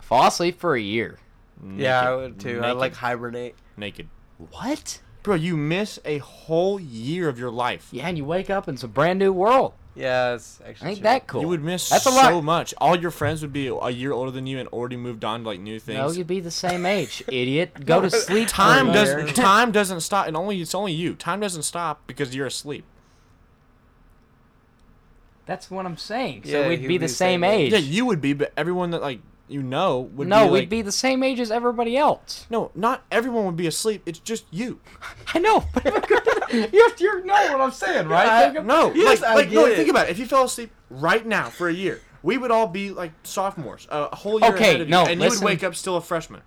Speaker 1: Fall asleep for a year.
Speaker 2: Yeah, I
Speaker 3: Naked.
Speaker 2: would too. I
Speaker 3: Naked.
Speaker 2: like hibernate.
Speaker 3: naked.
Speaker 1: What?
Speaker 3: Bro, you miss a whole year of your life.
Speaker 1: Yeah, and you wake up in some brand new world.
Speaker 2: Yeah, it's actually.
Speaker 1: Ain't
Speaker 2: true.
Speaker 1: that cool?
Speaker 3: You would miss
Speaker 1: That's a
Speaker 3: so
Speaker 1: lot.
Speaker 3: much. All your friends would be a year older than you and already moved on to like new
Speaker 1: No,
Speaker 3: things.
Speaker 1: you'd be the same age, idiot. Go to sleep. for a
Speaker 3: time
Speaker 1: year.
Speaker 3: doesn't time doesn't stop and only it's only you. Time doesn't stop because you're asleep.
Speaker 1: That's what I'm saying. So
Speaker 2: Yeah,
Speaker 1: we'd
Speaker 2: he
Speaker 1: be,
Speaker 2: would
Speaker 1: the same, age.
Speaker 3: Yeah, you would be, but everyone that like you know would
Speaker 1: no,
Speaker 3: be
Speaker 1: we'd
Speaker 3: like-
Speaker 1: be the same age as everybody else.
Speaker 3: No, not everyone would be asleep. It's just you.
Speaker 1: I know. but you have to you know what I'm saying, right?
Speaker 2: I-
Speaker 1: Jacob?
Speaker 3: No,
Speaker 2: Yes,
Speaker 3: like,
Speaker 2: I
Speaker 3: like no,
Speaker 2: get
Speaker 3: like, think
Speaker 2: it.
Speaker 3: about it. If you fell asleep right now for a year, we would all be like sophomores, uh, a whole year
Speaker 1: Okay,
Speaker 3: ahead of
Speaker 1: no,
Speaker 3: you, and you
Speaker 1: listen.
Speaker 3: would wake up still a freshman.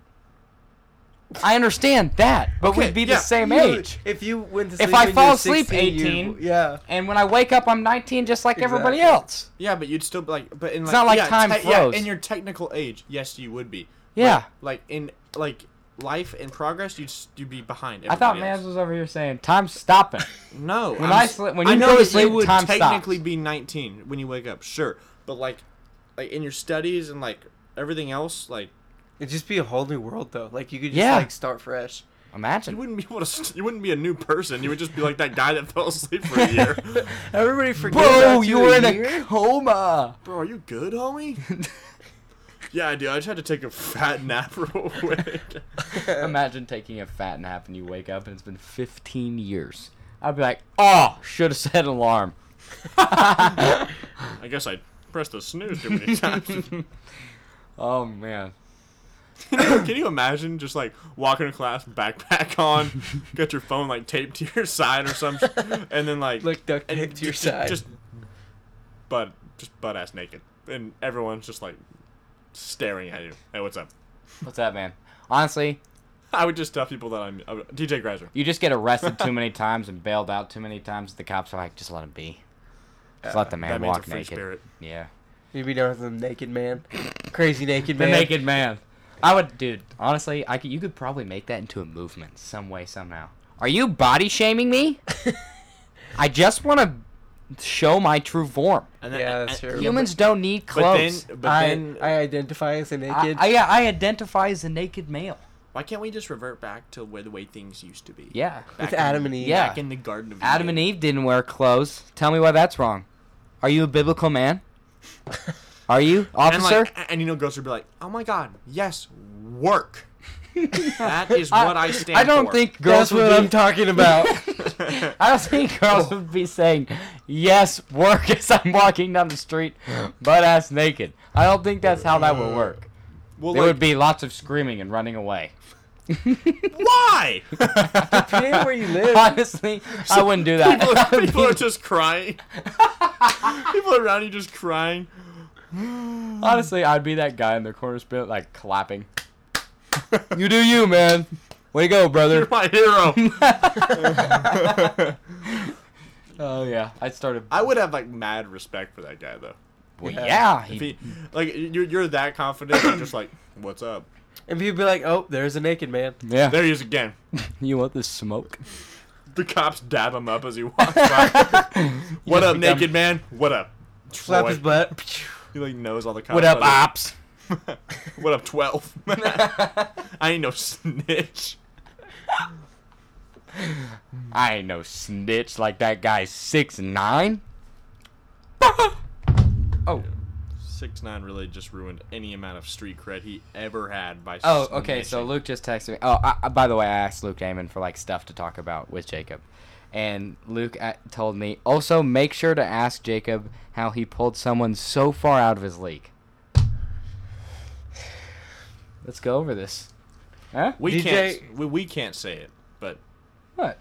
Speaker 1: I understand that, but
Speaker 3: Okay,
Speaker 1: we'd be the
Speaker 3: yeah.
Speaker 1: same
Speaker 2: You-
Speaker 1: age.
Speaker 2: If you went to
Speaker 1: If
Speaker 2: sleep
Speaker 1: I
Speaker 2: when you
Speaker 1: fall
Speaker 2: were
Speaker 1: asleep
Speaker 2: 16, you-
Speaker 1: 18,
Speaker 2: yeah.
Speaker 1: And when I wake up, I'm 19, just like everybody
Speaker 2: Exactly.
Speaker 1: else.
Speaker 3: Yeah, but you'd still be like, but in like,
Speaker 1: It's not like
Speaker 3: yeah,
Speaker 1: time
Speaker 3: te- yeah,
Speaker 1: froze.
Speaker 3: in your technical age, yes, you would be.
Speaker 1: Yeah.
Speaker 3: Like in like life and progress, you'd s- you'd be behind.
Speaker 1: I thought
Speaker 3: everybody
Speaker 1: Mans
Speaker 3: else.
Speaker 1: was over here saying time's stopping.
Speaker 3: no.
Speaker 1: when
Speaker 3: I'm
Speaker 1: I
Speaker 3: s-
Speaker 1: sli- when you
Speaker 3: know
Speaker 1: go to
Speaker 3: that
Speaker 1: sleep,
Speaker 3: you would
Speaker 1: time
Speaker 3: technically
Speaker 1: stops.
Speaker 3: be 19 when you wake up, sure, but like, like in your studies and like everything else, like
Speaker 2: It'd just be a whole new world though. Like you could just
Speaker 1: Yeah.
Speaker 2: like start fresh.
Speaker 3: you
Speaker 1: Imagine.
Speaker 3: wouldn't be able to. St- you wouldn't be a new person. You would just be like that guy that fell asleep for a year.
Speaker 2: Everybody forgets.
Speaker 1: Bro,
Speaker 2: about
Speaker 1: you were in
Speaker 2: a
Speaker 1: a
Speaker 2: year.
Speaker 1: coma.
Speaker 3: Bro, are you good, homie? yeah, dude. I just had to take a fat nap real quick.
Speaker 1: Imagine taking a fat nap and you wake up and it's been 15 years. I'd be like, oh, should have set an alarm.
Speaker 3: I guess I pressed the snooze too many times.
Speaker 1: Oh man.
Speaker 3: Can you imagine just like walking to class, backpack on, got your phone like taped to your side or some, sh- and then like
Speaker 2: Like duct
Speaker 3: and
Speaker 2: tape to your
Speaker 3: just-
Speaker 2: side.
Speaker 3: just butt, just butt ass naked, and everyone's just like staring at you. Hey, what's up?
Speaker 1: What's that, man? Honestly,
Speaker 3: I would just tell people that I'm uh, DJ Greiser.
Speaker 1: you just get arrested too many times and bailed out too many times. The cops are like, just let him be. Just let the man
Speaker 3: Uh, that man's a
Speaker 1: walk
Speaker 3: free
Speaker 1: naked.
Speaker 3: spirit.
Speaker 1: Yeah.
Speaker 2: You'd be done with the naked man, crazy naked
Speaker 1: The
Speaker 2: man.
Speaker 1: naked man. I would, dude. Honestly, I could. You could probably make that into a movement, some way, somehow. Are you body shaming me? I just want to show my true form.
Speaker 3: And
Speaker 2: Yeah, that's true.
Speaker 1: Humans don't need
Speaker 3: But then,
Speaker 1: clothes.
Speaker 3: but
Speaker 2: I,
Speaker 3: then,
Speaker 2: I identify as a
Speaker 1: I,
Speaker 2: naked.
Speaker 1: I, yeah, I identify as a naked male.
Speaker 3: why can't we just revert back to where the way things used to be?
Speaker 1: Yeah.
Speaker 2: With Adam and Eve.
Speaker 1: Yeah.
Speaker 3: Back in the Garden of
Speaker 1: Adam and Eve didn't wear clothes. Tell me why that's wrong. Are you a biblical man? Are you,
Speaker 3: and
Speaker 1: officer?
Speaker 3: like, a- and you know, Ghost would be like, "Oh my God, yes, work. that is what I, stand
Speaker 1: I don't
Speaker 3: for."
Speaker 1: think girls
Speaker 2: That's
Speaker 1: would
Speaker 2: what
Speaker 1: be,
Speaker 2: I'm talking about.
Speaker 1: I don't think girls would be saying, "Yes, work as I'm walking down the street, butt ass naked." I don't think that's how that would work.
Speaker 3: Well,
Speaker 1: There
Speaker 3: like,
Speaker 1: would be lots of screaming and running away.
Speaker 3: why?
Speaker 2: Depending where you live.
Speaker 1: Honestly, I wouldn't do that.
Speaker 3: people
Speaker 1: I would
Speaker 3: people are
Speaker 1: be-
Speaker 3: just crying. people around you just crying.
Speaker 1: honestly, I'd be that guy in the corner spit like clapping. You do you, man. Way to go,
Speaker 3: You're
Speaker 1: brother.
Speaker 3: my hero.
Speaker 1: Oh yeah, I started.
Speaker 3: I would have like mad respect for that guy though.
Speaker 1: Well, yeah,
Speaker 3: If
Speaker 1: he-
Speaker 3: he, like you're, you're that confident, you're just like, "What's up?"
Speaker 2: And people be like, oh, there's a naked man.
Speaker 1: yeah.
Speaker 3: There he is again.
Speaker 1: You want this smoke?
Speaker 3: The cops dab him up as he walks by. what
Speaker 1: just
Speaker 3: up,
Speaker 1: become-
Speaker 3: naked man? What up?
Speaker 2: Slap
Speaker 3: Troy?"
Speaker 2: his butt.
Speaker 3: He like knows all the cops.
Speaker 1: What up,
Speaker 3: by their-
Speaker 1: ops?
Speaker 3: what up, 12? I ain't no snitch.
Speaker 1: I ain't no snitch like that guy six nine. oh.
Speaker 3: Six nine really just ruined any amount of street cred he ever had by.
Speaker 1: Oh, okay. So
Speaker 3: snitching.
Speaker 1: Luke just texted me. Oh, I, I- by the way, I asked Luke Damon for like stuff to talk about with Jacob, and Luke a told me also make sure to ask Jacob how he pulled someone so far out of his league. Let's go over this. Huh?
Speaker 3: we
Speaker 2: DJ
Speaker 3: can't we, we can't say it, but
Speaker 1: What?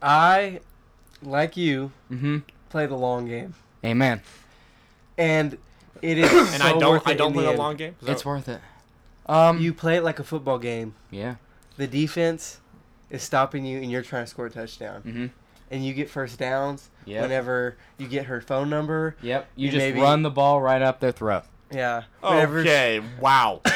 Speaker 2: I, like you,
Speaker 1: Mm-hmm.
Speaker 2: play the long game.
Speaker 1: Amen.
Speaker 2: And it is
Speaker 3: and
Speaker 2: so
Speaker 3: I don't
Speaker 2: worth it
Speaker 3: I don't
Speaker 2: in
Speaker 3: play
Speaker 2: the
Speaker 3: a
Speaker 2: end.
Speaker 3: long game. So
Speaker 1: it's worth it. Um.
Speaker 2: You play it like a football game.
Speaker 1: yeah.
Speaker 2: The defense is stopping you and you're trying to score a touchdown.
Speaker 1: Mm-hmm.
Speaker 2: And you get first downs
Speaker 1: Yep.
Speaker 2: whenever you get her phone number.
Speaker 1: Yep. You
Speaker 2: And
Speaker 1: just
Speaker 2: maybe-
Speaker 1: run the ball right up their throat.
Speaker 2: Yeah. Whenever-
Speaker 3: Oh, okay. Wow. so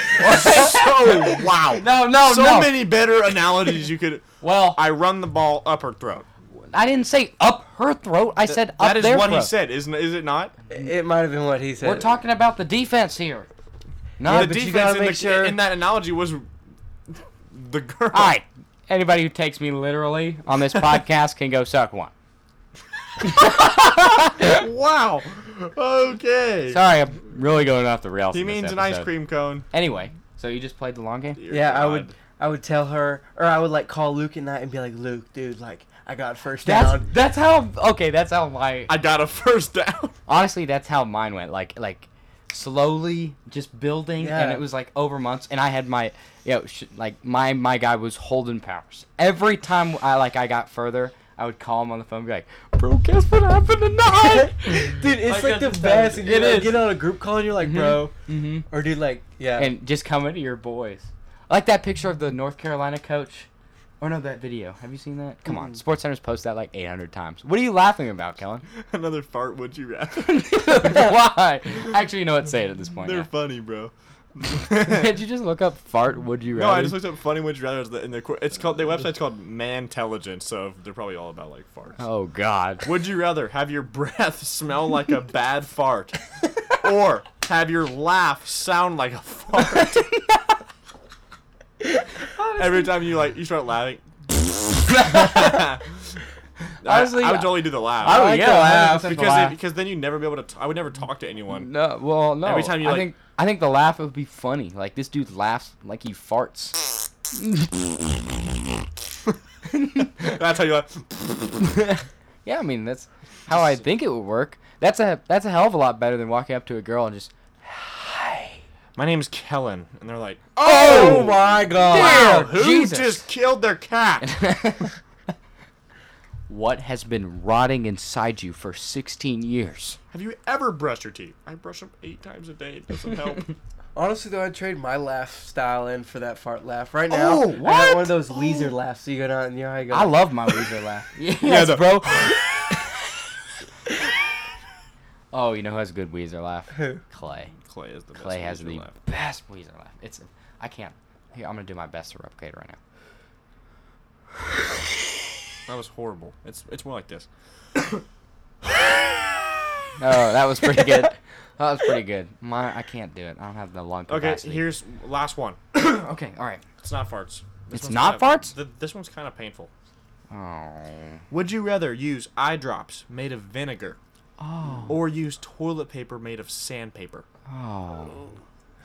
Speaker 3: wow.
Speaker 1: No, no,
Speaker 3: so
Speaker 1: no.
Speaker 3: many better analogies you could.
Speaker 1: Well,
Speaker 3: I run the ball up her throat.
Speaker 1: I didn't say up her throat. I said up
Speaker 3: That is
Speaker 1: their
Speaker 3: what he
Speaker 1: throat.
Speaker 3: said, isn't is it not?
Speaker 2: It might have been what he said.
Speaker 1: We're talking about the defense here.
Speaker 2: Yeah,
Speaker 1: Not
Speaker 2: but
Speaker 3: the
Speaker 2: you
Speaker 3: defense
Speaker 2: gotta
Speaker 3: in, the,
Speaker 2: make sure-
Speaker 3: in that analogy was the girl.
Speaker 1: All right. Anybody who takes me literally on this podcast can go suck one.
Speaker 3: wow. Okay.
Speaker 1: Sorry, I'm really going off the rails.
Speaker 3: he
Speaker 1: in this
Speaker 3: means an ice
Speaker 1: episode.
Speaker 3: cream cone.
Speaker 1: Anyway, so you just played the long game?
Speaker 3: Dear
Speaker 2: Yeah, I
Speaker 3: God.
Speaker 2: would. I would tell her, or I would like call Luke at night and be like, Luke, dude, like I got first
Speaker 1: That's
Speaker 2: down.
Speaker 1: that's how okay. That's how my
Speaker 3: I got a first down.
Speaker 1: honestly that's how mine went. Like like slowly just building, and
Speaker 2: Yeah.
Speaker 1: it was like over months. And I had my you know, sh- like my my guy was holding powers every time. I like I got further. I would call him on the phone, and be like, "Bro, guess what happened tonight?"
Speaker 2: dude, it's
Speaker 3: I
Speaker 2: like the
Speaker 3: got
Speaker 2: best. And you
Speaker 1: It
Speaker 2: like,
Speaker 1: is.
Speaker 2: get on a group call and you're like, bro,
Speaker 1: mm-hmm.
Speaker 2: or dude, like, yeah,
Speaker 1: and just coming to your boys. I like that picture of the North Carolina coach. Or no, that video. Have you seen that? Come on, Sports Center's posted that like 800 times. What are you laughing about, Kellen?
Speaker 3: Another fart, would you rather?
Speaker 1: Why? Actually, you know what? Say it at this point.
Speaker 3: They're
Speaker 1: yeah.
Speaker 3: funny, bro.
Speaker 1: Did you just look up fart? Would you
Speaker 3: no,
Speaker 1: rather?
Speaker 3: I just looked up funny would you rather. is the- In the qu- it's called their website's called Mantelligence, so they're probably all about like farts.
Speaker 1: Oh God.
Speaker 3: Would you rather have your breath smell like a bad fart, or have your laugh sound like a fart? Every time you like you start laughing.
Speaker 1: Honestly,
Speaker 3: I, I would totally do the laugh.
Speaker 1: I would-
Speaker 2: like
Speaker 1: yeah,
Speaker 2: the
Speaker 1: 100% the
Speaker 3: because
Speaker 1: laugh.
Speaker 3: it, because then you'd never be able to. T- I would never talk to anyone.
Speaker 1: No, well, no.
Speaker 3: Every time you,
Speaker 1: I
Speaker 3: like-
Speaker 1: think I think the laugh would be funny. Like this dude laughs like he farts.
Speaker 3: That's how you. Laugh.
Speaker 1: Yeah, I mean that's how I think it would work. That's a that's a hell of a lot better than walking up to a girl and just
Speaker 3: My name's Kellen, and they're like,
Speaker 2: oh, my god,
Speaker 1: Damn.
Speaker 3: "Wow, who
Speaker 1: Jesus.
Speaker 3: just killed their cat?"
Speaker 1: what has been rotting inside you for 16 years.
Speaker 3: Have you ever brushed your teeth? I brush them eight times a day. It doesn't help.
Speaker 2: honestly though, I'd trade my laugh style in for that fart laugh right now.
Speaker 1: Oh,
Speaker 2: I
Speaker 1: what? Oh.
Speaker 2: got one of those Weezer laughs. So you go down and you know how you go.
Speaker 1: I love my Weezer laugh. Yes,
Speaker 3: the-
Speaker 1: bro. oh, you know who has a good Weezer laugh?
Speaker 2: Who?
Speaker 1: Clay.
Speaker 3: Clay is the best.
Speaker 1: Clay has
Speaker 3: Weezer
Speaker 1: the
Speaker 3: laugh.
Speaker 1: best Weezer laugh. It's I can't. Here, I'm gonna do my best to replicate it right now.
Speaker 3: That was horrible. It's it's more like this.
Speaker 1: Oh, that was pretty good. that was pretty good. My I can't do it. I don't have the lung
Speaker 3: Okay,
Speaker 1: capacity.
Speaker 3: here's last one.
Speaker 1: Okay, all right.
Speaker 3: It's not farts.
Speaker 1: It's not
Speaker 3: kinda,
Speaker 1: farts?
Speaker 3: Th- this one's kind of painful.
Speaker 1: Oh.
Speaker 3: Would you rather use eye drops made of vinegar
Speaker 1: Oh.
Speaker 3: or use toilet paper made of sandpaper?
Speaker 1: Oh.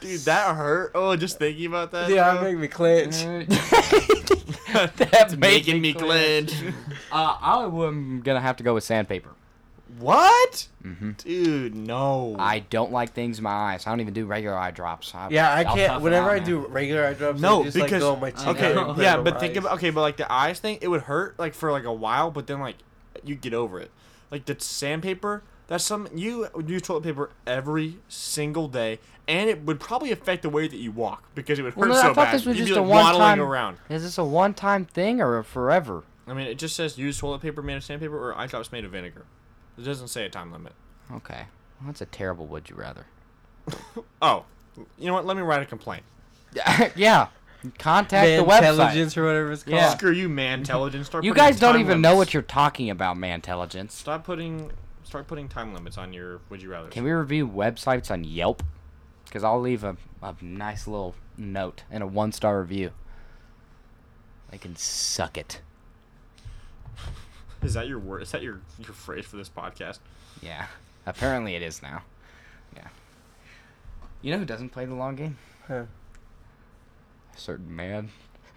Speaker 3: Dude, that hurt. Oh, just thinking about that.
Speaker 2: Yeah,
Speaker 3: bro.
Speaker 2: that make me clench.
Speaker 1: Mm-hmm. that
Speaker 3: It's making me clench.
Speaker 1: Uh, I'm gonna have to go with sandpaper.
Speaker 3: what?
Speaker 1: hmm
Speaker 3: Dude, no.
Speaker 1: I don't like things in my eyes. I don't even do regular eye drops. I,
Speaker 2: Yeah, I
Speaker 1: I'll tough
Speaker 2: can't.
Speaker 1: it
Speaker 2: Whenever
Speaker 1: out,
Speaker 2: I
Speaker 1: man.
Speaker 2: do regular eye drops,
Speaker 3: no
Speaker 2: I just
Speaker 3: because
Speaker 2: like go on my cheek.
Speaker 3: okay,
Speaker 2: and put it
Speaker 3: yeah,
Speaker 2: on
Speaker 3: but
Speaker 2: my
Speaker 3: think
Speaker 2: eyes.
Speaker 3: about okay, but like the eyes thing, it would hurt like for like a while, but then like you get over it. Like the sandpaper, that's some you use toilet paper every single day, and it would probably affect the way that you walk because it would
Speaker 1: Well,
Speaker 3: hurt
Speaker 1: no,
Speaker 3: so
Speaker 1: I thought
Speaker 3: bad.
Speaker 1: this was
Speaker 3: You'd
Speaker 1: just
Speaker 3: be
Speaker 1: a
Speaker 3: like waddling
Speaker 1: one-time.
Speaker 3: around.
Speaker 1: Is this a one-time thing or a forever?
Speaker 3: I mean, it just says use toilet paper made of sandpaper or eye drops made of vinegar. It doesn't say a time limit.
Speaker 1: Okay, well, that's a terrible. Would you rather?
Speaker 3: Oh, you know what? Let me write a complaint.
Speaker 1: yeah. Contact the website.
Speaker 2: intelligence or whatever it's called.
Speaker 1: Yeah.
Speaker 3: Oh, Screw you, man. Intelligence. Start
Speaker 1: You
Speaker 3: putting
Speaker 1: guys don't
Speaker 3: time
Speaker 1: even know
Speaker 3: limits.
Speaker 1: what you're talking about, man. Intelligence.
Speaker 3: Stop putting. Start putting time limits on your would you rather.
Speaker 1: Can we review websites on Yelp? Because I'll leave a, a nice little note and a one star review. They can suck it.
Speaker 3: Is that your word? Is that your your phrase for this podcast?
Speaker 1: Yeah. Apparently it is now. Yeah. You know who doesn't play the long game?
Speaker 2: Huh.
Speaker 1: A certain man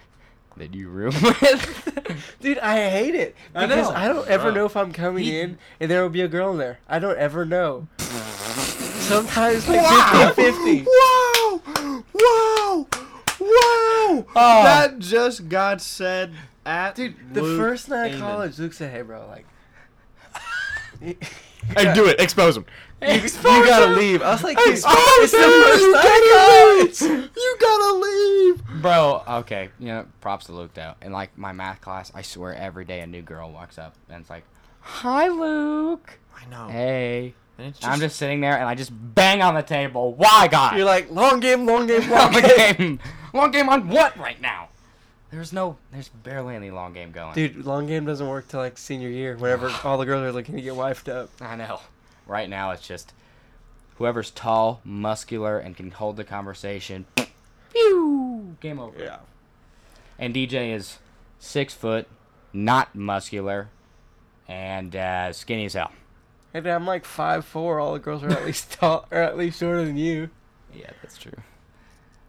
Speaker 1: that you room with.
Speaker 2: Dude, I hate it
Speaker 1: I
Speaker 2: because
Speaker 1: know.
Speaker 2: I, don't ever
Speaker 3: Bruh.
Speaker 2: know if I'm coming
Speaker 1: He-
Speaker 2: in and there will be a girl in there. I don't ever know. Sometimes like
Speaker 3: Wow.
Speaker 2: 50
Speaker 3: Wow! Wow! Wow!
Speaker 1: Oh.
Speaker 3: That just got said at
Speaker 2: Ah. Dude, the
Speaker 3: Luke
Speaker 2: first night
Speaker 3: Amen.
Speaker 2: of college, Luke said, "Hey, bro, like." You,
Speaker 3: Hey, do it. Expose him.
Speaker 2: you gotta leave. Uh, I was like, dude, it's the first night of
Speaker 3: first
Speaker 2: college.
Speaker 3: You gotta leave.
Speaker 1: Bro, okay. You know, props to Luke though. In like my math class, I swear every day a new girl walks up and it's like, Hi Luke.
Speaker 3: I know.
Speaker 1: Hey.
Speaker 3: And it's
Speaker 1: I'm Oh. just sitting there and I just bang on the table. Why, God?
Speaker 2: You're like long game, long game, long
Speaker 1: long
Speaker 2: game.
Speaker 1: game. Long game on what right now? There's no, there's barely any long game going.
Speaker 2: Dude, long game doesn't work till like senior year, whenever all the girls are looking to get wifed up.
Speaker 1: I know. Right now, it's just whoever's tall, muscular, and can hold the conversation. Phew! Game over. And DJ is six foot, not muscular, and uh, skinny as hell.
Speaker 2: Hey, dude, I'm like five four. All the girls are at least tall, or at least shorter than you.
Speaker 1: Yeah, that's true.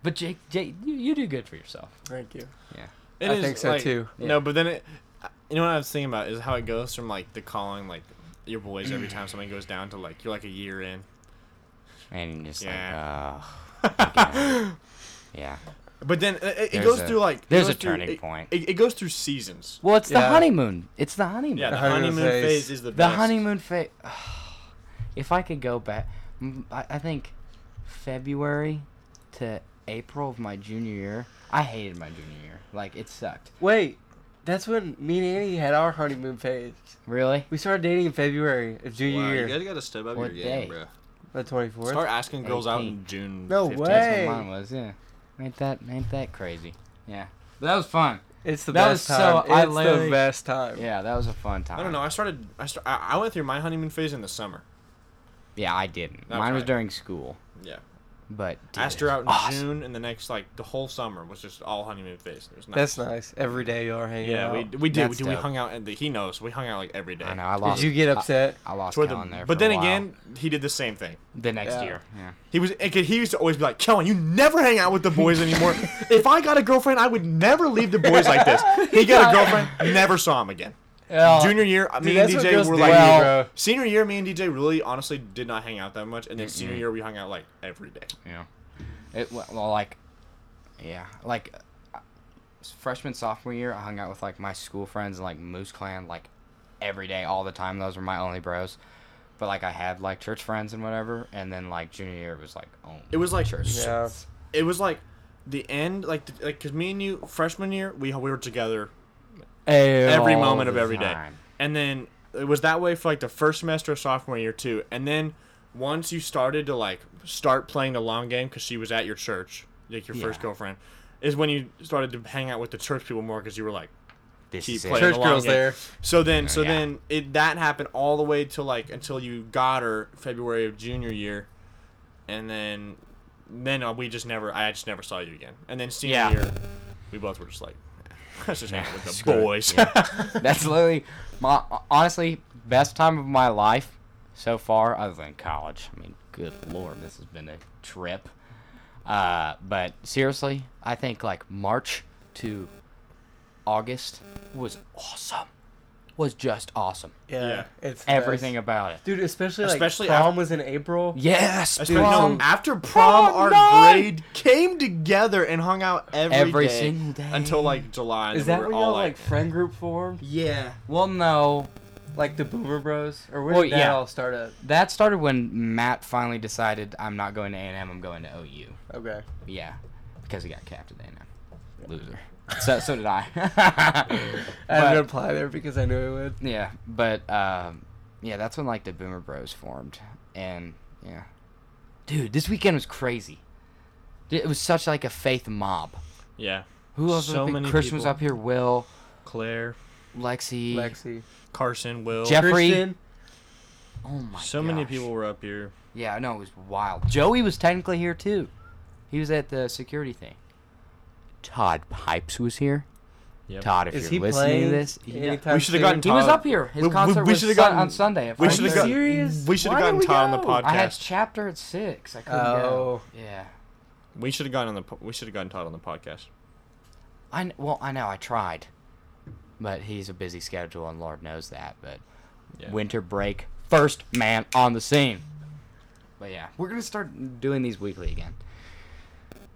Speaker 1: But Jake, Jake, you, you do good for yourself.
Speaker 2: Thank you.
Speaker 3: It
Speaker 2: I
Speaker 3: is,
Speaker 2: think so,
Speaker 3: like-
Speaker 2: too.
Speaker 1: Yeah.
Speaker 3: No, but then it. You know what I was thinking about is how it goes from like the calling like your boys every time something goes down to like you're like a year in.
Speaker 1: And just
Speaker 3: Yeah.
Speaker 1: like, oh, God. yeah.
Speaker 3: But then uh, it, it- it
Speaker 1: There's
Speaker 3: goes
Speaker 1: a-
Speaker 3: through like it
Speaker 1: there's a
Speaker 3: goes through-
Speaker 1: turning
Speaker 3: it-
Speaker 1: point.
Speaker 3: It, it goes through seasons.
Speaker 1: Well, it's the
Speaker 2: Yeah.
Speaker 1: honeymoon. It's the honeymoon.
Speaker 3: Yeah,
Speaker 2: The
Speaker 3: the
Speaker 2: honeymoon
Speaker 3: honeymoon
Speaker 2: phase.
Speaker 3: phase, is the
Speaker 1: the
Speaker 3: best.
Speaker 1: honeymoon phase. if I could go back, mm, I, I think February to April of my junior year. I hated my junior year. Like it sucked.
Speaker 2: Wait, that's when me and Annie had our honeymoon phase.
Speaker 1: Really?
Speaker 2: We started dating in February of junior
Speaker 4: Wow, you
Speaker 2: year,
Speaker 4: guys gotta step up
Speaker 1: What
Speaker 4: your game,
Speaker 1: day?
Speaker 4: bro.
Speaker 2: the 24th.
Speaker 3: Start asking girls out in
Speaker 1: 18.
Speaker 3: June.
Speaker 2: No
Speaker 3: 15th.
Speaker 2: way.
Speaker 1: That's
Speaker 2: Hey.
Speaker 1: what mine was. Yeah. Ain't that ain't that crazy? Yeah. But that was fun.
Speaker 2: It's the
Speaker 1: That
Speaker 2: best
Speaker 1: was so-
Speaker 2: time.
Speaker 1: I
Speaker 2: it's the
Speaker 1: literally-
Speaker 2: best time.
Speaker 1: Yeah, that was a fun time.
Speaker 3: I don't know. I started. I start, I I went through my honeymoon phase in the summer.
Speaker 1: Yeah, I didn't.
Speaker 3: That's
Speaker 1: Mine was
Speaker 3: right.
Speaker 1: during school,
Speaker 3: Yeah.
Speaker 1: but dude,
Speaker 3: Asked her out in
Speaker 1: awesome.
Speaker 3: June, and the next like the whole summer was just all honeymoon phase. It was nice.
Speaker 2: That's nice. Every day you are hanging
Speaker 3: Yeah,
Speaker 2: out.
Speaker 3: we we did. We,
Speaker 1: That's
Speaker 3: did. we
Speaker 1: dope.
Speaker 3: hung out, and the, he knows. We hung out like every day.
Speaker 1: I know. I lost.
Speaker 2: Did you get
Speaker 1: I-
Speaker 2: upset?
Speaker 1: I, lost
Speaker 3: Toward the-
Speaker 1: Kellen there.
Speaker 3: but
Speaker 1: for a
Speaker 3: then
Speaker 1: while.
Speaker 3: again, he did the same thing.
Speaker 1: the next
Speaker 2: Yeah.
Speaker 1: year. Yeah.
Speaker 3: He was and he used to always be like, Kellen, you never hang out with the boys anymore. if I got a girlfriend, I would never leave the boys like this. He got a girlfriend, never saw him again.
Speaker 1: Uh,
Speaker 2: Uh,
Speaker 3: Junior year, me and
Speaker 2: that's what
Speaker 3: DJ
Speaker 2: girls
Speaker 3: were
Speaker 2: do,
Speaker 3: like,
Speaker 2: bro.
Speaker 3: senior year, me and DJ really honestly did not hang out that much, and then senior year we hung out like every day.
Speaker 1: Yeah. It wa- well, like, yeah, like uh, freshman sophomore year, I hung out with like my school friends and like Moose Clan like every day, all the time. Those were my only bros. But like I had like church friends and whatever, and then like junior year it was like oh
Speaker 3: It was like
Speaker 1: church.
Speaker 3: s-
Speaker 2: Yeah.
Speaker 3: it was like the end, like the, like because me and you freshman year we we were together every moment of every day, And then it was that way for like the first semester of sophomore year too. And then once you started to like start playing the long game because she was at your church, like your first
Speaker 1: Yeah.
Speaker 3: girlfriend, is when you started to hang out with the church people more because you were like,
Speaker 1: This
Speaker 3: Keep
Speaker 1: is it.
Speaker 3: playing.
Speaker 2: Church
Speaker 3: the long
Speaker 2: girls
Speaker 3: game.
Speaker 2: there.
Speaker 3: so then, so
Speaker 1: Yeah.
Speaker 3: then it that happened all the way to like until you got her February of junior year, and then then uh, we just never, I just never saw you again. And then senior
Speaker 1: Yeah.
Speaker 3: year, we both were just like. Let's just hang out with the
Speaker 1: Screw it.
Speaker 3: boys.
Speaker 1: That's literally my honestly best time of my life so far, other than college. I mean, good lord, this has been a trip. Uh, but seriously, I think like March to August was awesome. Was just awesome.
Speaker 2: Yeah.
Speaker 3: Yeah.
Speaker 2: It's the
Speaker 1: Everything
Speaker 2: best.
Speaker 1: about it.
Speaker 2: Dude, especially like
Speaker 3: Especially
Speaker 2: prom
Speaker 3: after-
Speaker 2: was in April.
Speaker 1: Yes, dude.
Speaker 3: Especially, no,
Speaker 2: um, Prom.
Speaker 3: after prom,
Speaker 1: Prom
Speaker 3: our
Speaker 1: night!
Speaker 3: grade came together and hung out every,
Speaker 1: Every
Speaker 3: day
Speaker 1: single day.
Speaker 3: until like July. and
Speaker 2: Is
Speaker 3: then
Speaker 2: that when
Speaker 3: we were all
Speaker 2: y'all like friend group formed?
Speaker 3: yeah?
Speaker 1: Well, no,
Speaker 2: Like the Boomer Bros? Or where
Speaker 1: Well,
Speaker 2: did that
Speaker 1: yeah.
Speaker 2: all start up?
Speaker 1: that started when Matt finally decided I'm not going to A and M. I'm going to OU.
Speaker 2: Okay.
Speaker 1: Yeah, because he got capped at A&M. Loser. So, so did I.
Speaker 2: I didn't
Speaker 1: but,
Speaker 2: apply there because I knew it would.
Speaker 1: yeah, but um, yeah, that's when like the Boomer Bros formed, and yeah, dude, this weekend was crazy. D- It was such like a faith mob.
Speaker 3: Yeah.
Speaker 1: Who else?
Speaker 3: So
Speaker 1: was up here?
Speaker 3: many
Speaker 1: Christian was
Speaker 3: people.
Speaker 1: up here. Will,
Speaker 3: Claire,
Speaker 1: Lexi,
Speaker 2: Lexi.
Speaker 3: Carson, Will.
Speaker 1: Jeff- Jeffrey.
Speaker 2: Christian.
Speaker 1: Oh my.
Speaker 3: so many
Speaker 1: gosh.
Speaker 3: people were up here.
Speaker 1: Yeah, I know it was wild. Joey was technically here too. He was at the security thing. Todd Pipes was here.
Speaker 3: Yep.
Speaker 1: Todd, if
Speaker 2: Is
Speaker 1: you're
Speaker 2: he
Speaker 1: listening
Speaker 2: playing
Speaker 1: to this, yeah.
Speaker 2: anytime
Speaker 3: We
Speaker 2: soon?
Speaker 3: should've gotten
Speaker 1: He was
Speaker 3: Todd.
Speaker 1: up here. His
Speaker 3: We- we-
Speaker 1: concert
Speaker 3: we
Speaker 1: was
Speaker 3: should've
Speaker 1: Sun-
Speaker 3: gotten-
Speaker 1: on Sunday. At
Speaker 3: we
Speaker 1: five
Speaker 3: should've
Speaker 1: thirty.
Speaker 3: gotten-
Speaker 2: serious?
Speaker 3: we should've
Speaker 2: Why
Speaker 3: gotten
Speaker 2: didn't we
Speaker 3: Todd on the
Speaker 2: go?
Speaker 3: pod-
Speaker 1: I had
Speaker 3: podcast.
Speaker 1: chapter at six. I couldn't go.
Speaker 2: Oh.
Speaker 1: Yeah.
Speaker 3: We should have gone on the. po- We should have gotten Todd on the podcast.
Speaker 1: I kn- well, I know I tried, but he's a busy schedule, and Lord knows that. But
Speaker 3: Yeah.
Speaker 1: winter break, first man on the scene. But yeah, we're gonna start doing these weekly again.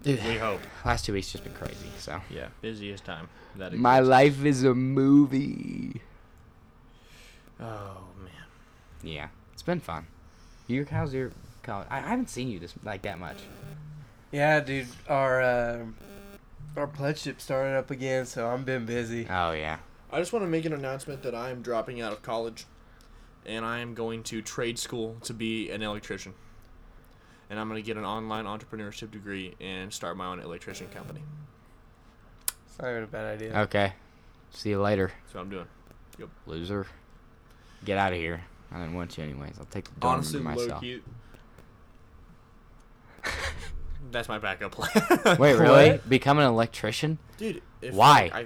Speaker 1: Dude,
Speaker 3: We hope.
Speaker 1: last two weeks just been crazy. So
Speaker 3: Yeah. Busiest time. That
Speaker 1: my
Speaker 3: exists.
Speaker 1: life is a movie.
Speaker 3: Oh man.
Speaker 1: Yeah, it's been fun. Your how's your college? I, I haven't seen you this like that much.
Speaker 2: Yeah, dude. Our uh, our pledge ship started up again, so I've been busy.
Speaker 1: Oh yeah.
Speaker 3: I just want to make an announcement that I am dropping out of college, and I am going to trade school to be an electrician. And I'm going to get an online entrepreneurship degree and start my own electrician company.
Speaker 2: It's not even a bad idea.
Speaker 1: Okay. See you later,
Speaker 3: That's what I'm doing.
Speaker 1: loser. Get out of here. I didn't want you anyways. I'll take the dorm
Speaker 3: Honestly,
Speaker 1: to
Speaker 3: low
Speaker 1: myself.
Speaker 3: key. That's my backup plan.
Speaker 1: Wait, really?
Speaker 2: What?
Speaker 1: Become an electrician?
Speaker 3: dude? If
Speaker 1: Why?
Speaker 3: I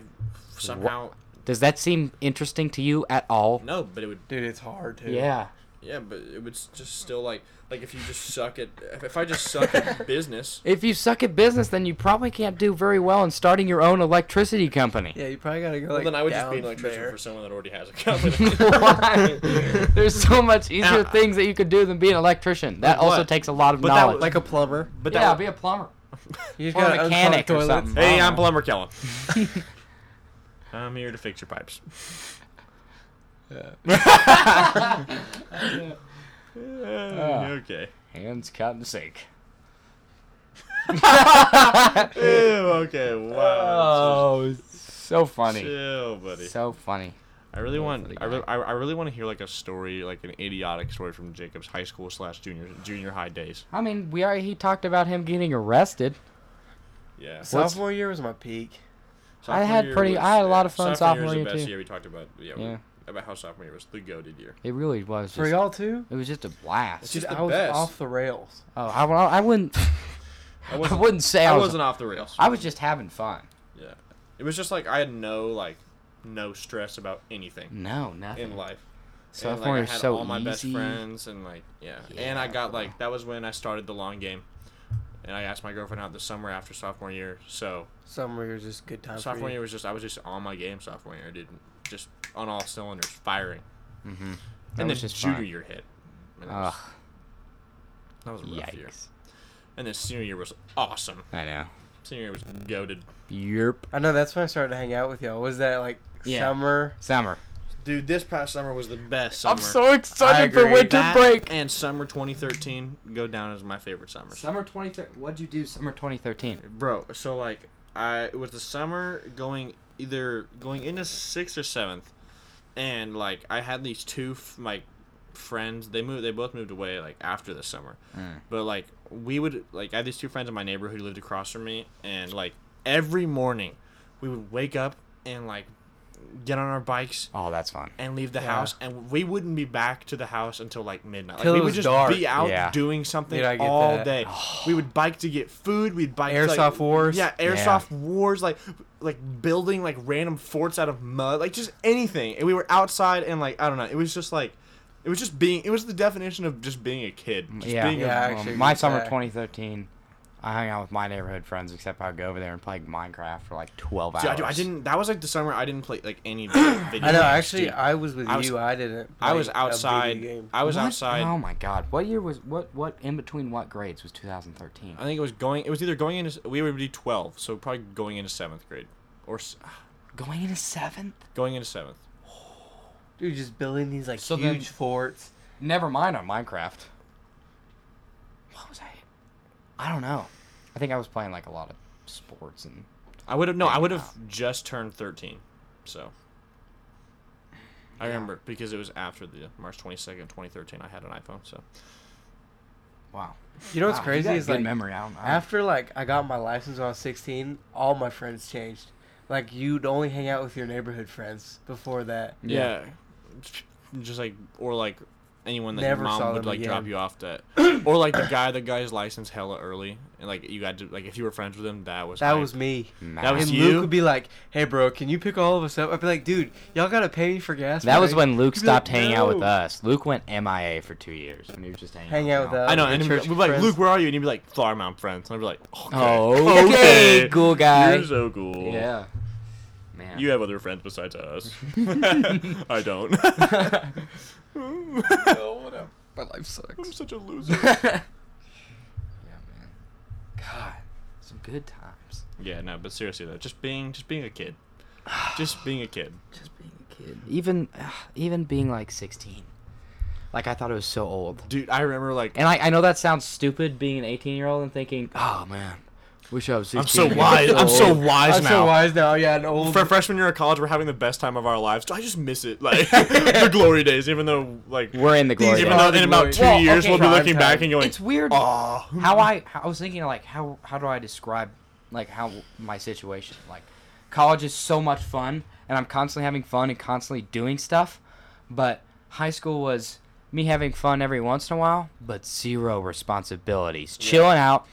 Speaker 3: somehow
Speaker 1: Does that seem interesting to you at all?
Speaker 3: no, but it would.
Speaker 2: Dude, it's hard too.
Speaker 1: Yeah.
Speaker 3: Yeah, but it would s- just still like like if you just suck at if- if I just suck at business.
Speaker 1: If you suck at business, then you probably can't do very well in starting your own electricity company.
Speaker 2: Yeah, you probably gotta go.
Speaker 3: well,
Speaker 2: like,
Speaker 3: then I would just be an
Speaker 2: down
Speaker 3: electrician
Speaker 2: there.
Speaker 3: for someone that already has a company.
Speaker 1: Why? There's so much easier
Speaker 3: Now-
Speaker 1: things that you could do than be an electrician. That
Speaker 3: Ah. Like
Speaker 1: also
Speaker 3: what?
Speaker 1: takes a lot of
Speaker 3: But that
Speaker 1: knowledge.
Speaker 3: was-
Speaker 2: like a plumber.
Speaker 3: but
Speaker 1: yeah,
Speaker 3: that
Speaker 1: be a plumber.
Speaker 2: You just
Speaker 1: Or a
Speaker 2: gotta unclog
Speaker 1: mechanic or
Speaker 2: toilets.
Speaker 1: something.
Speaker 3: hey,
Speaker 1: Wow.
Speaker 3: I'm plumber Kellen. I'm here to fix your pipes.
Speaker 1: Ah.
Speaker 3: okay.
Speaker 1: Hands caught in the sink.
Speaker 3: Ew, okay. Wow.
Speaker 1: Oh, so
Speaker 3: That's just
Speaker 1: funny.
Speaker 3: Chill, buddy.
Speaker 1: So funny.
Speaker 3: I really
Speaker 1: Really
Speaker 3: want.
Speaker 1: funny
Speaker 3: I really, I, I really want to hear like a story, like an idiotic story from Jacob's high school slash junior junior high days.
Speaker 1: I mean, we already he talked about him getting arrested.
Speaker 3: Yeah.
Speaker 2: Sophomore year was my peak.
Speaker 1: I had pretty- I had a lot of fun sophomore
Speaker 3: year.
Speaker 1: year,
Speaker 3: was the best
Speaker 1: too.
Speaker 3: year we talked about. Yeah. we-
Speaker 1: Yeah.
Speaker 3: about how sophomore year was the goaded year.
Speaker 1: It really was.
Speaker 2: For
Speaker 1: Just,
Speaker 2: y'all too.
Speaker 1: it was just a
Speaker 3: It's
Speaker 1: blast.
Speaker 2: Dude,
Speaker 3: just the
Speaker 2: I was
Speaker 3: best.
Speaker 2: off the rails.
Speaker 1: Oh, I, I wouldn't.
Speaker 3: I
Speaker 1: I
Speaker 3: wasn't.
Speaker 1: wouldn't say I,
Speaker 3: I
Speaker 1: was.
Speaker 3: wasn't off the rails.
Speaker 1: I was just having fun.
Speaker 3: yeah. It was just like I had no like, no stress about anything
Speaker 1: No, nothing.
Speaker 3: in life.
Speaker 1: So
Speaker 3: and,
Speaker 1: far,
Speaker 3: like, I
Speaker 1: it's
Speaker 3: had
Speaker 1: so
Speaker 3: all my
Speaker 1: easy.
Speaker 3: best friends and like yeah. and I
Speaker 1: Yeah,
Speaker 3: got
Speaker 1: bro.
Speaker 3: like that was when I started the long game. And I asked my girlfriend out the summer after sophomore year. So
Speaker 2: Sophomore year was just good time.
Speaker 3: sophomore
Speaker 2: for you.
Speaker 3: year was just I was just on my game sophomore year, dude. Just on all cylinders, firing.
Speaker 1: Mm-hmm.
Speaker 3: and then
Speaker 1: was just
Speaker 3: junior
Speaker 1: fun.
Speaker 3: year hit. And that
Speaker 1: Ugh,
Speaker 3: was, that was a rough year.
Speaker 1: yikes.
Speaker 3: And then senior year was awesome.
Speaker 1: I know.
Speaker 3: Senior year was goaded.
Speaker 1: Yerp.
Speaker 2: I know that's when I started to hang out with y'all. Was that like
Speaker 1: Yeah.
Speaker 2: summer?
Speaker 1: Summer.
Speaker 3: Dude, this past summer was the best summer.
Speaker 2: I
Speaker 1: excited
Speaker 2: for agree. winter
Speaker 3: And summer 2013 go down as my favorite summer.
Speaker 1: Summer 2013. What'd you do summer 2013?
Speaker 3: Bro, so like I it was the summer going either going into 6th or 7th and like I had these two f- like friends, they moved they both moved away like after the summer.
Speaker 1: Mm.
Speaker 3: But like we would like I had these two friends in my neighborhood who lived across from me, and like every morning we would wake up and like get on our bikes
Speaker 1: Oh, that's fun.
Speaker 3: and leave the
Speaker 2: Yeah.
Speaker 3: house, and we wouldn't be back to the house until like midnight. Like,
Speaker 2: Till
Speaker 3: we
Speaker 2: it
Speaker 3: would
Speaker 2: was
Speaker 3: just
Speaker 2: dark.
Speaker 3: be out
Speaker 1: Yeah.
Speaker 3: doing something
Speaker 2: Dude, I get
Speaker 3: all
Speaker 2: that.
Speaker 3: day. we would bike to get food. We'd bike to, like-
Speaker 2: Airsoft wars.
Speaker 3: Yeah,
Speaker 1: Yeah.
Speaker 3: airsoft wars. Like like building like random forts out of mud. Like just anything. And we were outside, and like I don't know. It was just like. It was just being. It was the definition of just being a kid. Just
Speaker 1: yeah.
Speaker 3: Being a
Speaker 2: Yeah, I
Speaker 1: Um,
Speaker 2: actually
Speaker 1: my
Speaker 2: agree
Speaker 1: summer
Speaker 2: with that.
Speaker 1: 2013, I hung out with my neighborhood friends, except I'd go over there and play Minecraft for like 12 hours.
Speaker 3: Dude, I, do- I didn't. That was like the summer I didn't play like any video games.
Speaker 2: I know. Actually,
Speaker 3: dude.
Speaker 2: I was with
Speaker 3: I was-
Speaker 2: you. I didn't.
Speaker 3: I was
Speaker 2: play a video
Speaker 3: outside.
Speaker 2: game.
Speaker 3: I was
Speaker 1: What?
Speaker 3: outside.
Speaker 1: Oh my god. What year was what what in between what grades was 2013?
Speaker 3: I think it was going. It was either going into. We would be twelve, so probably going into seventh grade, or s- ah,
Speaker 1: Going into 7th?
Speaker 3: going into seventh.
Speaker 2: Dude, just building these like
Speaker 1: So then-
Speaker 2: huge forts.
Speaker 1: Never mind on Minecraft. What was I? I don't know. I think I was playing like a lot of sports and
Speaker 3: I would have no. I
Speaker 1: Dang,
Speaker 3: would have just turned thirteen, so. I remember because it was after the March twenty second, twenty thirteen. I had an iPhone, so
Speaker 1: wow.
Speaker 2: You know what's
Speaker 1: Wow,
Speaker 2: crazy
Speaker 1: got
Speaker 2: is
Speaker 1: good
Speaker 2: like
Speaker 1: memory. I don't know.
Speaker 2: after like I got my license when I was 16, all my friends changed. Like you'd only hang out with your neighborhood friends before that.
Speaker 1: Yeah.
Speaker 3: just like or like anyone that
Speaker 2: Never
Speaker 3: your
Speaker 2: saw
Speaker 3: mom would
Speaker 2: them
Speaker 3: like drop
Speaker 2: again.
Speaker 3: you off to, or like the guy that got his license hella early, and like you got to like if you were friends with him, that was
Speaker 2: That
Speaker 3: hype.
Speaker 2: was me.
Speaker 1: that
Speaker 3: was
Speaker 1: was
Speaker 2: and
Speaker 3: you?
Speaker 2: Luke would be like, "Hey, bro, can you pick all of us up?" I'd be like, "Dude, y'all gotta pay me for gas."
Speaker 1: that was
Speaker 2: money."
Speaker 1: when Luke
Speaker 2: He'd be like,
Speaker 1: stopped hanging out with
Speaker 2: "No."
Speaker 1: us. Luke went MIA for two years when he was just hanging.
Speaker 2: Hang out with
Speaker 1: y'all.
Speaker 2: us.
Speaker 3: I know,
Speaker 2: Your
Speaker 3: and he'd
Speaker 2: church
Speaker 3: be like,
Speaker 2: friends.
Speaker 3: Luke, where are you? And he'd be like, Flower Mound friends. And I'd be like, okay.
Speaker 1: Oh, okay, cool guy.
Speaker 3: You're so cool.
Speaker 1: Yeah. Man.
Speaker 3: You have other friends besides us. I don't.
Speaker 1: My life sucks.
Speaker 3: I'm such a loser.
Speaker 1: Yeah, man. God, some good times.
Speaker 3: Yeah, no, but seriously though, just being, just being a kid, just being a kid.
Speaker 1: Just being a kid. Even, even being like 16. Like I thought it was so old.
Speaker 3: Dude, I remember like
Speaker 1: And I, I know that sounds stupid, being an 18 year old and thinking, oh man, wish I was 16.
Speaker 3: I'm so
Speaker 1: again."
Speaker 3: wise. I'm so
Speaker 1: old."
Speaker 3: wise
Speaker 2: I'm
Speaker 3: now.
Speaker 2: so wise now. Yeah, an old.
Speaker 3: For freshman year of college, we're having the best time of our lives. I just miss it, like the glory days. Even though, like,
Speaker 1: We're in the glory.
Speaker 3: even
Speaker 1: days.
Speaker 3: though
Speaker 2: the
Speaker 3: in about
Speaker 2: glory
Speaker 3: two
Speaker 1: days.
Speaker 3: years,
Speaker 1: Well, okay,
Speaker 3: we'll be looking
Speaker 2: prime
Speaker 3: back
Speaker 2: time.
Speaker 3: and going,
Speaker 1: It's weird
Speaker 3: "Ah."
Speaker 1: how I, how- I was thinking like how how do I describe like how my situation like college is so much fun, and I'm constantly having fun and constantly doing stuff. But high school was me having fun every once in a while, but zero responsibilities. Chilling out,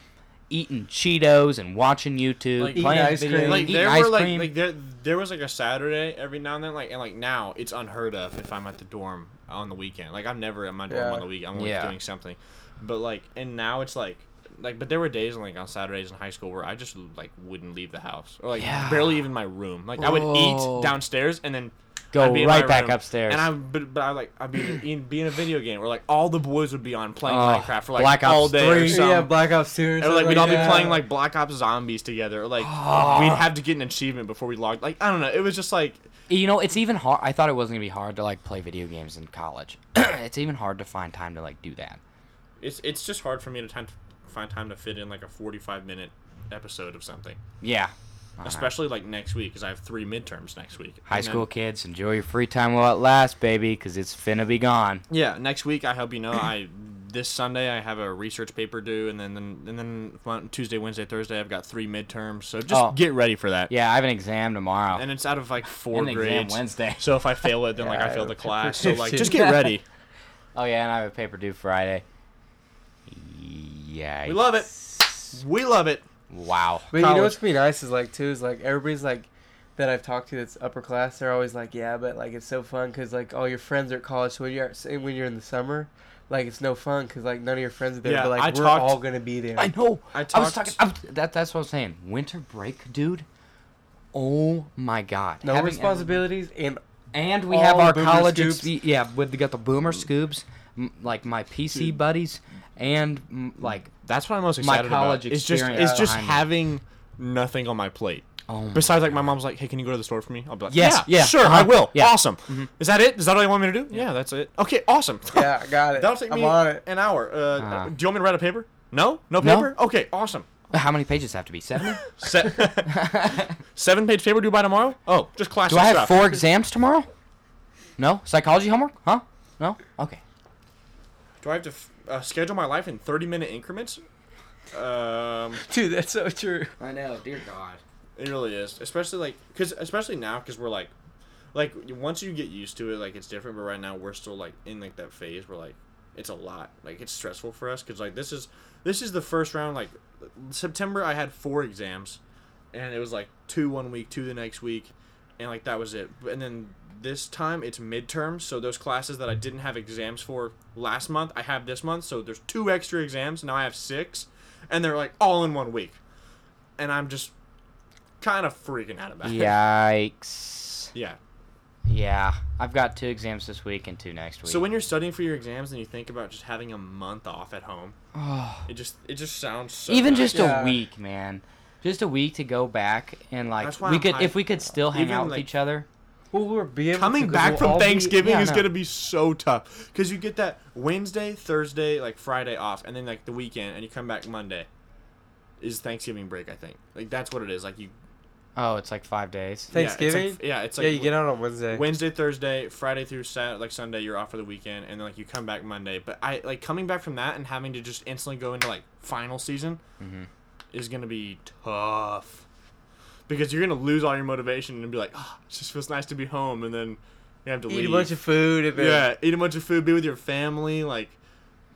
Speaker 1: eating Cheetos and watching YouTube,
Speaker 3: Like,
Speaker 2: Eating
Speaker 1: playing
Speaker 2: ice
Speaker 1: video
Speaker 2: cream.
Speaker 1: games,
Speaker 3: like
Speaker 1: eating
Speaker 3: there
Speaker 1: ice
Speaker 3: were like
Speaker 1: cream.
Speaker 3: like there there was like a Saturday every now and then like and like now it's unheard of if I'm at the dorm on the weekend like I'm never at my dorm
Speaker 2: Yeah.
Speaker 3: on the weekend I'm always
Speaker 1: Yeah.
Speaker 3: doing something but like and now it's like like but there were days like on Saturdays in high school where I just like wouldn't leave the house or like
Speaker 1: Yeah.
Speaker 3: barely even my room like I would
Speaker 1: Bro.
Speaker 3: eat downstairs and then
Speaker 1: Go
Speaker 3: I'd be in
Speaker 1: right
Speaker 3: my
Speaker 1: back
Speaker 3: room.
Speaker 1: upstairs.
Speaker 3: and I but, but I like I'd be in, be in a video game where like all the boys would be on playing
Speaker 1: Oh,
Speaker 3: Minecraft for like
Speaker 1: Black
Speaker 3: all
Speaker 1: Ops
Speaker 3: day or
Speaker 1: 3.
Speaker 3: something.
Speaker 2: yeah, Black Ops 2 or
Speaker 3: And like
Speaker 2: something
Speaker 3: we'd all be
Speaker 2: that.
Speaker 3: playing like Black Ops Zombies together. Or, like
Speaker 1: Ah.
Speaker 3: we'd have to get an achievement before we logged. Like I don't know. It was just like
Speaker 1: You know, it's even hard. I thought it wasn't gonna be hard to like play video games in college. it's even hard to find time to like do that.
Speaker 3: it's it's just hard for me to time find time to fit in like a forty five minute episode of something,
Speaker 1: Yeah.
Speaker 3: especially like next week because I have three midterms next week.
Speaker 1: High
Speaker 3: And then-
Speaker 1: school kids, enjoy your free time while it lasts, baby, 'cause it's finna be gone.
Speaker 3: yeah, next week I hope you know I this Sunday I have a research paper due, and then then and then Mon- Tuesday, Wednesday, Thursday I've got three midterms. So just
Speaker 1: Oh.
Speaker 3: get ready for that.
Speaker 1: Yeah, I have an exam tomorrow.
Speaker 3: And it's out of like four
Speaker 1: An exam
Speaker 3: grades.
Speaker 1: Wednesday.
Speaker 3: So if I fail it, then like I
Speaker 2: Yeah,
Speaker 3: failed the class. So like,
Speaker 2: fifteen.
Speaker 3: just get ready.
Speaker 1: oh yeah, and I have a paper due Friday. Yeah.
Speaker 3: We love it. We love it.
Speaker 1: Wow.
Speaker 2: But you
Speaker 3: college.
Speaker 2: know what's gonna be nice is like too is like everybody's like that I've talked to that's upper class. They're always like, yeah, but like it's so fun because like all your friends are at college. So when you're at- say when you're in the summer, like it's no fun because like none of your friends are there.
Speaker 3: Yeah,
Speaker 2: but like
Speaker 3: I
Speaker 2: we're
Speaker 3: talked-
Speaker 2: all gonna be there.
Speaker 1: I know.
Speaker 3: I
Speaker 1: I was talking.
Speaker 3: talked-
Speaker 1: I was- that that's what I'm saying. Winter break, dude. Oh my God.
Speaker 2: no
Speaker 1: Having everyone-
Speaker 2: responsibilities and
Speaker 1: And we
Speaker 2: All
Speaker 1: have
Speaker 2: the
Speaker 1: our
Speaker 2: boomer
Speaker 1: college,
Speaker 2: scoops.
Speaker 1: expe- yeah. With we got the boomer scoops, m- like my PC
Speaker 3: Dude.
Speaker 1: buddies, and m- like
Speaker 3: That's what I'm most
Speaker 1: My
Speaker 3: excited
Speaker 1: college
Speaker 3: about. It's just
Speaker 1: experience
Speaker 3: it's just
Speaker 1: behind me.
Speaker 3: having nothing on my plate.
Speaker 1: oh, my-
Speaker 3: Besides, like my mom's like, "Hey, can you go to the store for me?" I'll be like,
Speaker 1: Yes,
Speaker 3: yeah,
Speaker 1: yeah,
Speaker 3: sure, I
Speaker 1: uh-huh,
Speaker 3: will.
Speaker 1: yeah."
Speaker 3: Awesome. Is that it? Is that all you want me to do? Yeah, that's it. Okay, awesome.
Speaker 2: yeah, I got it.
Speaker 3: that'll take
Speaker 2: I'm
Speaker 3: me
Speaker 2: on it.
Speaker 3: an hour. Uh,
Speaker 1: Uh-huh.
Speaker 3: Do you want me to write a paper? No, no
Speaker 1: No.
Speaker 3: paper. Okay, awesome.
Speaker 1: how many pages have to be seven?
Speaker 3: Se- seven page paper due by tomorrow. Oh, just class.
Speaker 1: Do I have
Speaker 3: stuff.
Speaker 1: four exams tomorrow? No psychology homework? Huh? No. Okay.
Speaker 3: Do I have to f- uh, schedule my life in thirty minute increments? Um.
Speaker 2: Dude, that's so true.
Speaker 1: I know. Dear God.
Speaker 3: It really is, especially like, cause especially now, cause we're like, like once you get used to it, like it's different. But right now, we're still like in like that phase where like it's a lot, like it's stressful for us, cause like this is this is the first round. Like September, I had four exams, and it was like two one week, two the next week, and like that was it. And then this time it's midterms, so those classes that I didn't have exams for last month, I have this month. So there's two extra exams now. I have six, and they're like all in one week, and I'm just kind of freaking out about it.
Speaker 1: Yikes.
Speaker 3: Yeah.
Speaker 1: Yeah, I've got two exams this week and two next week.
Speaker 3: So when you're studying for your exams and you think about just having a month off at home,
Speaker 1: Oh,
Speaker 3: it just it just sounds so
Speaker 1: even
Speaker 3: nice.
Speaker 1: just
Speaker 2: Yeah.
Speaker 1: a week, man. Just a week to go back and like
Speaker 3: That's why
Speaker 1: we
Speaker 3: I'm
Speaker 1: could if
Speaker 3: hyped.
Speaker 1: we could still hang
Speaker 3: Even,
Speaker 1: out with
Speaker 3: like-
Speaker 1: each other.
Speaker 2: Well, we're being
Speaker 3: coming back from Thanksgiving
Speaker 1: yeah,
Speaker 3: is
Speaker 1: no.
Speaker 3: gonna be so tough because you get that Wednesday, Thursday, like Friday off, and then like the weekend, and you come back Monday. Is Thanksgiving break? I think like that's what it is. Like you
Speaker 1: Oh, it's like five days.
Speaker 3: yeah, it's like-
Speaker 2: Thanksgiving?
Speaker 3: Yeah, it's like,
Speaker 2: yeah, you get out on Wednesday.
Speaker 3: Wednesday, Thursday, Friday through Saturday, like Sunday, you're off for the weekend, and then like you come back Monday. But I like coming back from that and having to just instantly go into like final season
Speaker 2: Mm-hmm.
Speaker 3: is gonna be tough because you're gonna lose all your motivation and be like, oh, it just feels nice to be home, and then you have to
Speaker 2: Eat
Speaker 3: leave.
Speaker 2: a bunch of food. And then-
Speaker 3: yeah, eat a bunch of food, be with your family, like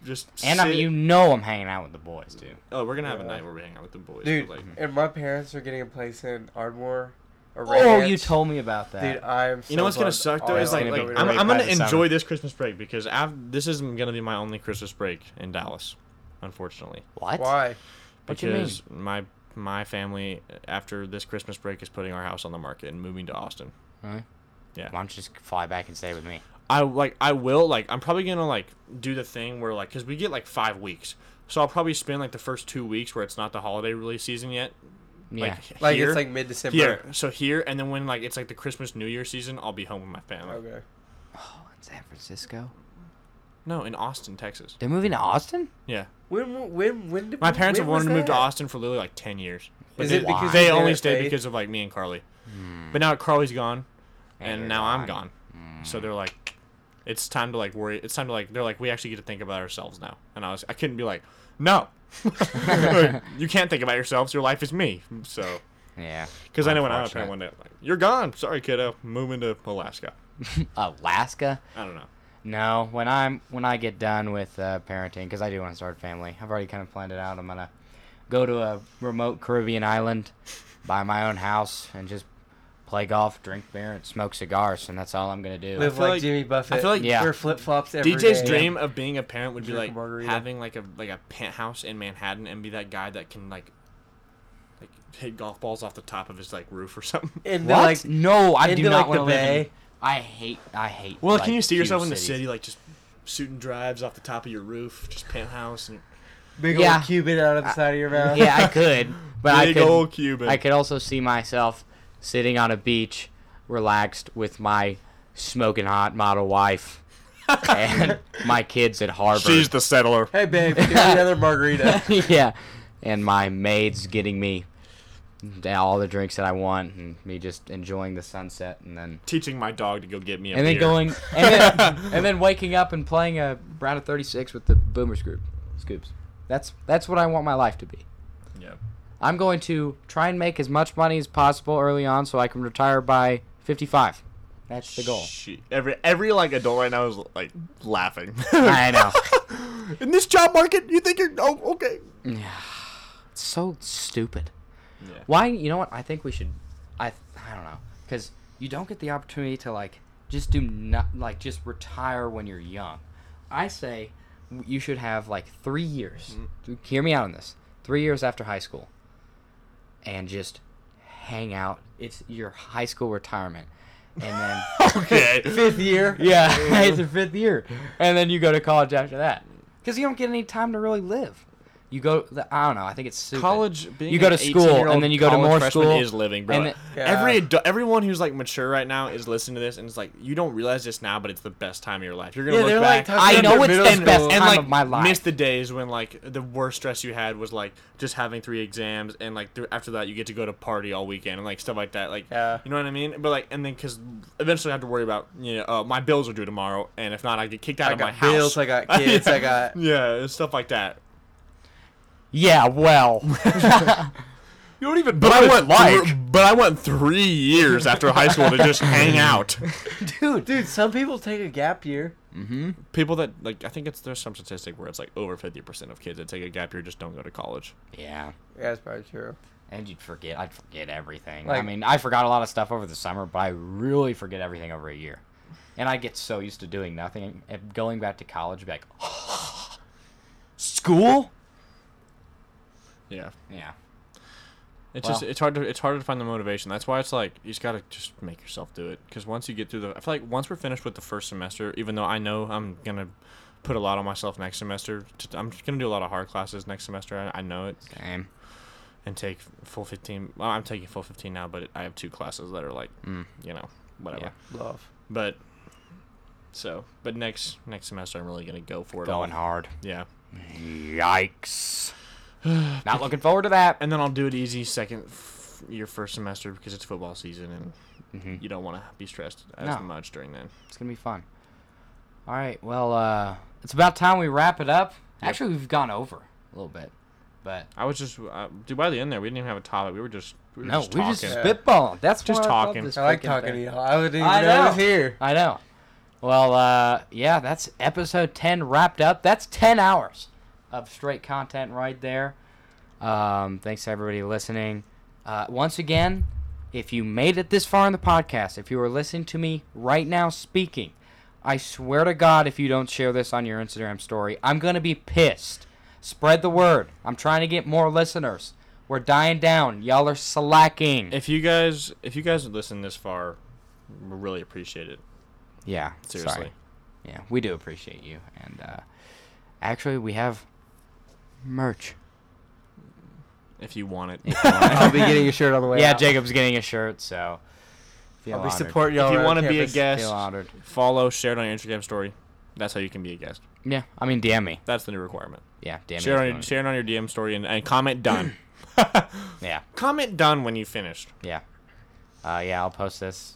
Speaker 3: just.
Speaker 1: And I'm,
Speaker 3: sit-
Speaker 1: you know I'm hanging out with the boys too.
Speaker 3: Oh, we're gonna have a
Speaker 2: Yeah.
Speaker 3: night where we hang out with the boys,
Speaker 2: dude.
Speaker 3: but, like,
Speaker 2: And my parents are getting a place in Ardmore. a
Speaker 1: Oh, you
Speaker 2: ranch.
Speaker 1: told me about that.
Speaker 2: Dude, I'm. So Oh,
Speaker 3: You know what's gonna
Speaker 2: bummed
Speaker 3: suck
Speaker 2: all
Speaker 3: though is
Speaker 1: It's
Speaker 3: like,
Speaker 1: gonna
Speaker 3: like
Speaker 1: be
Speaker 3: I'm,
Speaker 1: really
Speaker 3: I'm
Speaker 1: bad
Speaker 3: gonna
Speaker 1: this summer.
Speaker 3: enjoy this Christmas break because I've, this isn't gonna be my only Christmas break in Dallas, unfortunately.
Speaker 1: what?
Speaker 2: Why?
Speaker 1: What you mean?
Speaker 3: Because my my family after this Christmas break is putting our house on the market and moving to Austin.
Speaker 1: Really?
Speaker 3: Yeah.
Speaker 1: Why don't you just fly back and stay with me?
Speaker 3: I like I will like I'm probably gonna like do the thing where like because we get like five weeks, so I'll probably spend like the first two weeks where it's not the holiday release season yet.
Speaker 1: Yeah.
Speaker 2: Like
Speaker 3: here,
Speaker 2: it's like mid December.
Speaker 3: here, so here, and then when like it's like the Christmas New Year season, I'll be home with my family.
Speaker 2: Okay.
Speaker 1: oh, in San Francisco.
Speaker 3: No, in Austin, Texas.
Speaker 1: They're moving to Austin?
Speaker 3: Yeah.
Speaker 2: When when when did
Speaker 3: My parents
Speaker 2: when
Speaker 3: have wanted
Speaker 2: was
Speaker 3: to move to
Speaker 2: that?
Speaker 3: Austin for literally like ten years. But
Speaker 2: Is
Speaker 3: they,
Speaker 2: it because
Speaker 3: they
Speaker 2: of
Speaker 3: only
Speaker 2: their
Speaker 3: stayed
Speaker 2: faith? Hmm.
Speaker 3: because of like me and Carly. But now Carly's gone, and
Speaker 1: you're
Speaker 3: now I'm gone.
Speaker 2: Hmm.
Speaker 3: So they're like, it's time to like worry. It's time to like. They're like, we actually get to think about ourselves now. And I was, I couldn't be like, no, you can't think about yourselves. Your life is me. So
Speaker 1: Yeah.
Speaker 3: Because I know when I'm a
Speaker 1: Unfortunate.
Speaker 3: parent one day, I'm like, you're gone. Sorry, kiddo. Moving to Alaska.
Speaker 1: Alaska?
Speaker 3: I don't know.
Speaker 1: No. When I'm when I get done with uh, parenting, because I do want to start a family, I've already kind of planned it out. I'm gonna go to a remote Caribbean island, buy my own house, and just play golf, drink beer, and smoke cigars, and that's all I'm gonna do.
Speaker 2: Live
Speaker 3: feel
Speaker 2: like,
Speaker 3: like-
Speaker 2: Jimmy Buffett.
Speaker 3: I feel like
Speaker 1: Yeah.
Speaker 2: wear flip flops every
Speaker 3: DJ's
Speaker 2: day.
Speaker 3: dream of being a parent would be
Speaker 2: Drink a
Speaker 3: like
Speaker 2: margarita.
Speaker 3: having like a like a penthouse in Manhattan and be that guy that can like like hit golf balls off the top of his like roof or something.
Speaker 2: And
Speaker 1: What?
Speaker 2: then, like,
Speaker 1: no, I do
Speaker 2: into,
Speaker 1: not
Speaker 2: like, the
Speaker 1: want to live. In,
Speaker 2: bay.
Speaker 1: I hate. I hate.
Speaker 3: Well,
Speaker 1: like,
Speaker 3: can you see
Speaker 1: huge
Speaker 3: yourself in the
Speaker 1: cities.
Speaker 3: city like just shooting drives off the top of your roof, just penthouse and
Speaker 2: big
Speaker 1: Yeah.
Speaker 2: old cubit out of the side of your mouth.
Speaker 1: yeah, I could, but I
Speaker 3: big
Speaker 1: could.
Speaker 3: old Cuban.
Speaker 1: I could also see myself sitting on a beach, relaxed with my smoking hot model wife and my kids at Harvard.
Speaker 3: the settler.
Speaker 2: Hey babe, give me another margarita.
Speaker 1: yeah, and my maids getting me all the drinks that I want, and me just enjoying the sunset, and then
Speaker 3: Teaching my dog to go get me a
Speaker 1: and then
Speaker 3: beer.
Speaker 1: going and then, and then waking up and playing a round of 36 with the Boomers group scoops. That's that's what I want my life to be.
Speaker 3: Yeah.
Speaker 1: I'm going to try and make as much money as possible early on so I can retire by 55. That's the goal.
Speaker 3: Shit. Every every like adult right now is like laughing.
Speaker 1: I know.
Speaker 3: In this job market, you think you're oh okay.
Speaker 1: It's so stupid.
Speaker 3: Yeah.
Speaker 1: Why? You know what? I think we should. I I don't know because you don't get the opportunity to like just do not like just retire when you're young. I say you should have like three years. Hear me out on this. Three years after high school, and just hang out. It's your high school retirement, and then.
Speaker 3: Okay.
Speaker 2: Fifth year.
Speaker 1: Yeah, it's your fifth year, and then you go to college after that because you don't get any time to really live. You go, I don't know. I think it's stupid.
Speaker 3: college being
Speaker 1: You go
Speaker 3: an
Speaker 1: to school,
Speaker 3: 18-year-old
Speaker 1: and then you go to
Speaker 3: college
Speaker 1: more
Speaker 3: freshman
Speaker 1: school,
Speaker 3: is living bro
Speaker 1: and it-
Speaker 3: every
Speaker 2: Yeah.
Speaker 3: adu- everyone who's like mature right now is listening to this and it's like you don't realize this now but it's the best time of your life you're gonna
Speaker 2: Yeah,
Speaker 3: look
Speaker 2: they're, like,
Speaker 3: back
Speaker 2: talking I about know their it's middle the
Speaker 3: and,
Speaker 2: best school.
Speaker 3: and,
Speaker 1: time
Speaker 3: like,
Speaker 1: of my life.
Speaker 3: miss the days when like the worst stress you had was like just having three exams and like th- after that you get to go to party all weekend and like stuff like that like
Speaker 2: Yeah.
Speaker 3: you know what i mean but like and then because eventually i have to worry about you know uh, my bills are due tomorrow and if not i get kicked out
Speaker 2: I
Speaker 3: of my
Speaker 2: got
Speaker 3: house
Speaker 2: bills, I got kids, I got-
Speaker 3: yeah stuff like that
Speaker 1: yeah, well,
Speaker 3: You don't even.
Speaker 1: But I went like-
Speaker 3: but I went three years after high school to just hang out.
Speaker 2: Dude, dude, some people take a gap year.
Speaker 1: Mm-hmm.
Speaker 3: People that like, I think it's there's some statistic where it's like over fifty percent of kids that take a gap year just don't go to college.
Speaker 1: yeah.
Speaker 2: Yeah, that's probably true.
Speaker 1: And you'd forget. I'd forget everything. I
Speaker 2: Like-
Speaker 1: mean, I forgot a lot of stuff over the summer, but I really forget everything over a year. And I get so used to doing nothing. And going back to college, be like, school.
Speaker 3: Yeah,
Speaker 1: Yeah.
Speaker 3: it's
Speaker 1: Wow.
Speaker 3: just it's hard to it's harder to find the motivation. That's why it's like you just gotta just make yourself do it. Because once you get through the, I feel like once we're finished with the first semester, even though I know I'm gonna put a lot on myself next semester, t- I'm just gonna do a lot of hard classes next semester. I, I know it.
Speaker 1: Same.
Speaker 3: and take full 15 well i'm taking full 15 now but i have two classes that are like you know whatever
Speaker 1: Yeah.
Speaker 2: Love.
Speaker 3: but so but next next semester i'm really gonna go for it
Speaker 1: Going
Speaker 3: all.
Speaker 1: hard.
Speaker 3: yeah
Speaker 1: Yikes. Not looking forward to that.
Speaker 3: and then i'll do it easy second f- year first semester because it's football season and
Speaker 1: Mhm.
Speaker 3: you don't want to be stressed as
Speaker 1: No.
Speaker 3: much during then
Speaker 1: It's gonna be fun. All right. Well, uh, it's about time we wrap it up. Actually, we've gone over a little bit, but
Speaker 3: i was just uh, dude by the end there we didn't even have a topic we were just we were
Speaker 1: no,
Speaker 3: just
Speaker 1: we're
Speaker 3: talking
Speaker 1: just spitballing. That's
Speaker 3: Just
Speaker 1: why I love
Speaker 3: talking.
Speaker 1: this
Speaker 2: I like
Speaker 1: freaking
Speaker 2: talking to
Speaker 1: thing.
Speaker 2: y'all. I wouldn't even
Speaker 1: I
Speaker 2: know, I
Speaker 1: know.
Speaker 2: was here.
Speaker 1: I know. Well, uh, yeah, that's episode ten wrapped up. That's ten hours of straight content right there. Um, thanks to everybody listening. Uh, once again, if you made it this far in the podcast, if you are listening to me right now speaking, I swear to God, if you don't share this on your Instagram story, I'm gonna be pissed. Spread the word. I'm trying to get more listeners. We're dying down. Y'all are slacking.
Speaker 3: if you guys if you guys listen this far we really appreciate it
Speaker 1: yeah,
Speaker 3: seriously
Speaker 1: sorry. yeah, we do appreciate you. And uh, actually, we have merch.
Speaker 3: if you want it
Speaker 1: If you want
Speaker 2: I'll be getting a shirt on the
Speaker 1: it.
Speaker 2: way.
Speaker 1: yeah,
Speaker 2: out.
Speaker 1: Jacob's getting a shirt, so feel
Speaker 2: I'll be
Speaker 1: honored.
Speaker 2: supporting y'all.
Speaker 3: if you
Speaker 2: around
Speaker 3: want to be a
Speaker 2: campus.
Speaker 3: guest,
Speaker 1: Feel honored.
Speaker 3: follow, share it on your Instagram story. That's how you can be a guest.
Speaker 1: Yeah, I mean DM me.
Speaker 3: That's the new requirement.
Speaker 1: Yeah, DM
Speaker 3: share
Speaker 1: me. if
Speaker 3: on
Speaker 1: you
Speaker 3: your,
Speaker 1: want.
Speaker 3: share it on your DM story and, and comment done.
Speaker 1: Yeah,
Speaker 3: comment done when you finished.
Speaker 1: yeah, uh, yeah. I'll post this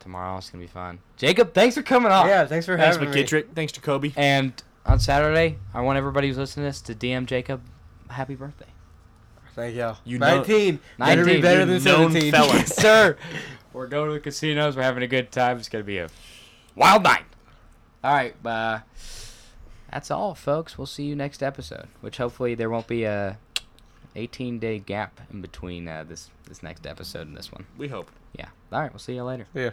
Speaker 1: tomorrow. It's gonna be fun. Jacob, thanks for coming on.
Speaker 2: Yeah, Ah, thanks for
Speaker 3: Thanks,
Speaker 2: having me.
Speaker 3: McKittrick. Thanks, Jacoby.
Speaker 1: And on Saturday, I want everybody who's listening to this to DM Jacob, happy birthday.
Speaker 2: Thank y'all.
Speaker 3: You know-
Speaker 2: Nineteen. Better be
Speaker 1: 19,
Speaker 2: better
Speaker 3: you
Speaker 2: than
Speaker 3: known
Speaker 2: seventeen.
Speaker 3: fella.
Speaker 1: Yes, sir. We're going to the casinos. We're having a good time. It's gonna be a wild night. All right, uh, that's all, folks. We'll see you next episode. Which hopefully there won't be a 18 day gap in between uh, this this next episode and this one.
Speaker 3: We hope.
Speaker 1: Yeah. All right. We'll see you later.
Speaker 2: yeah.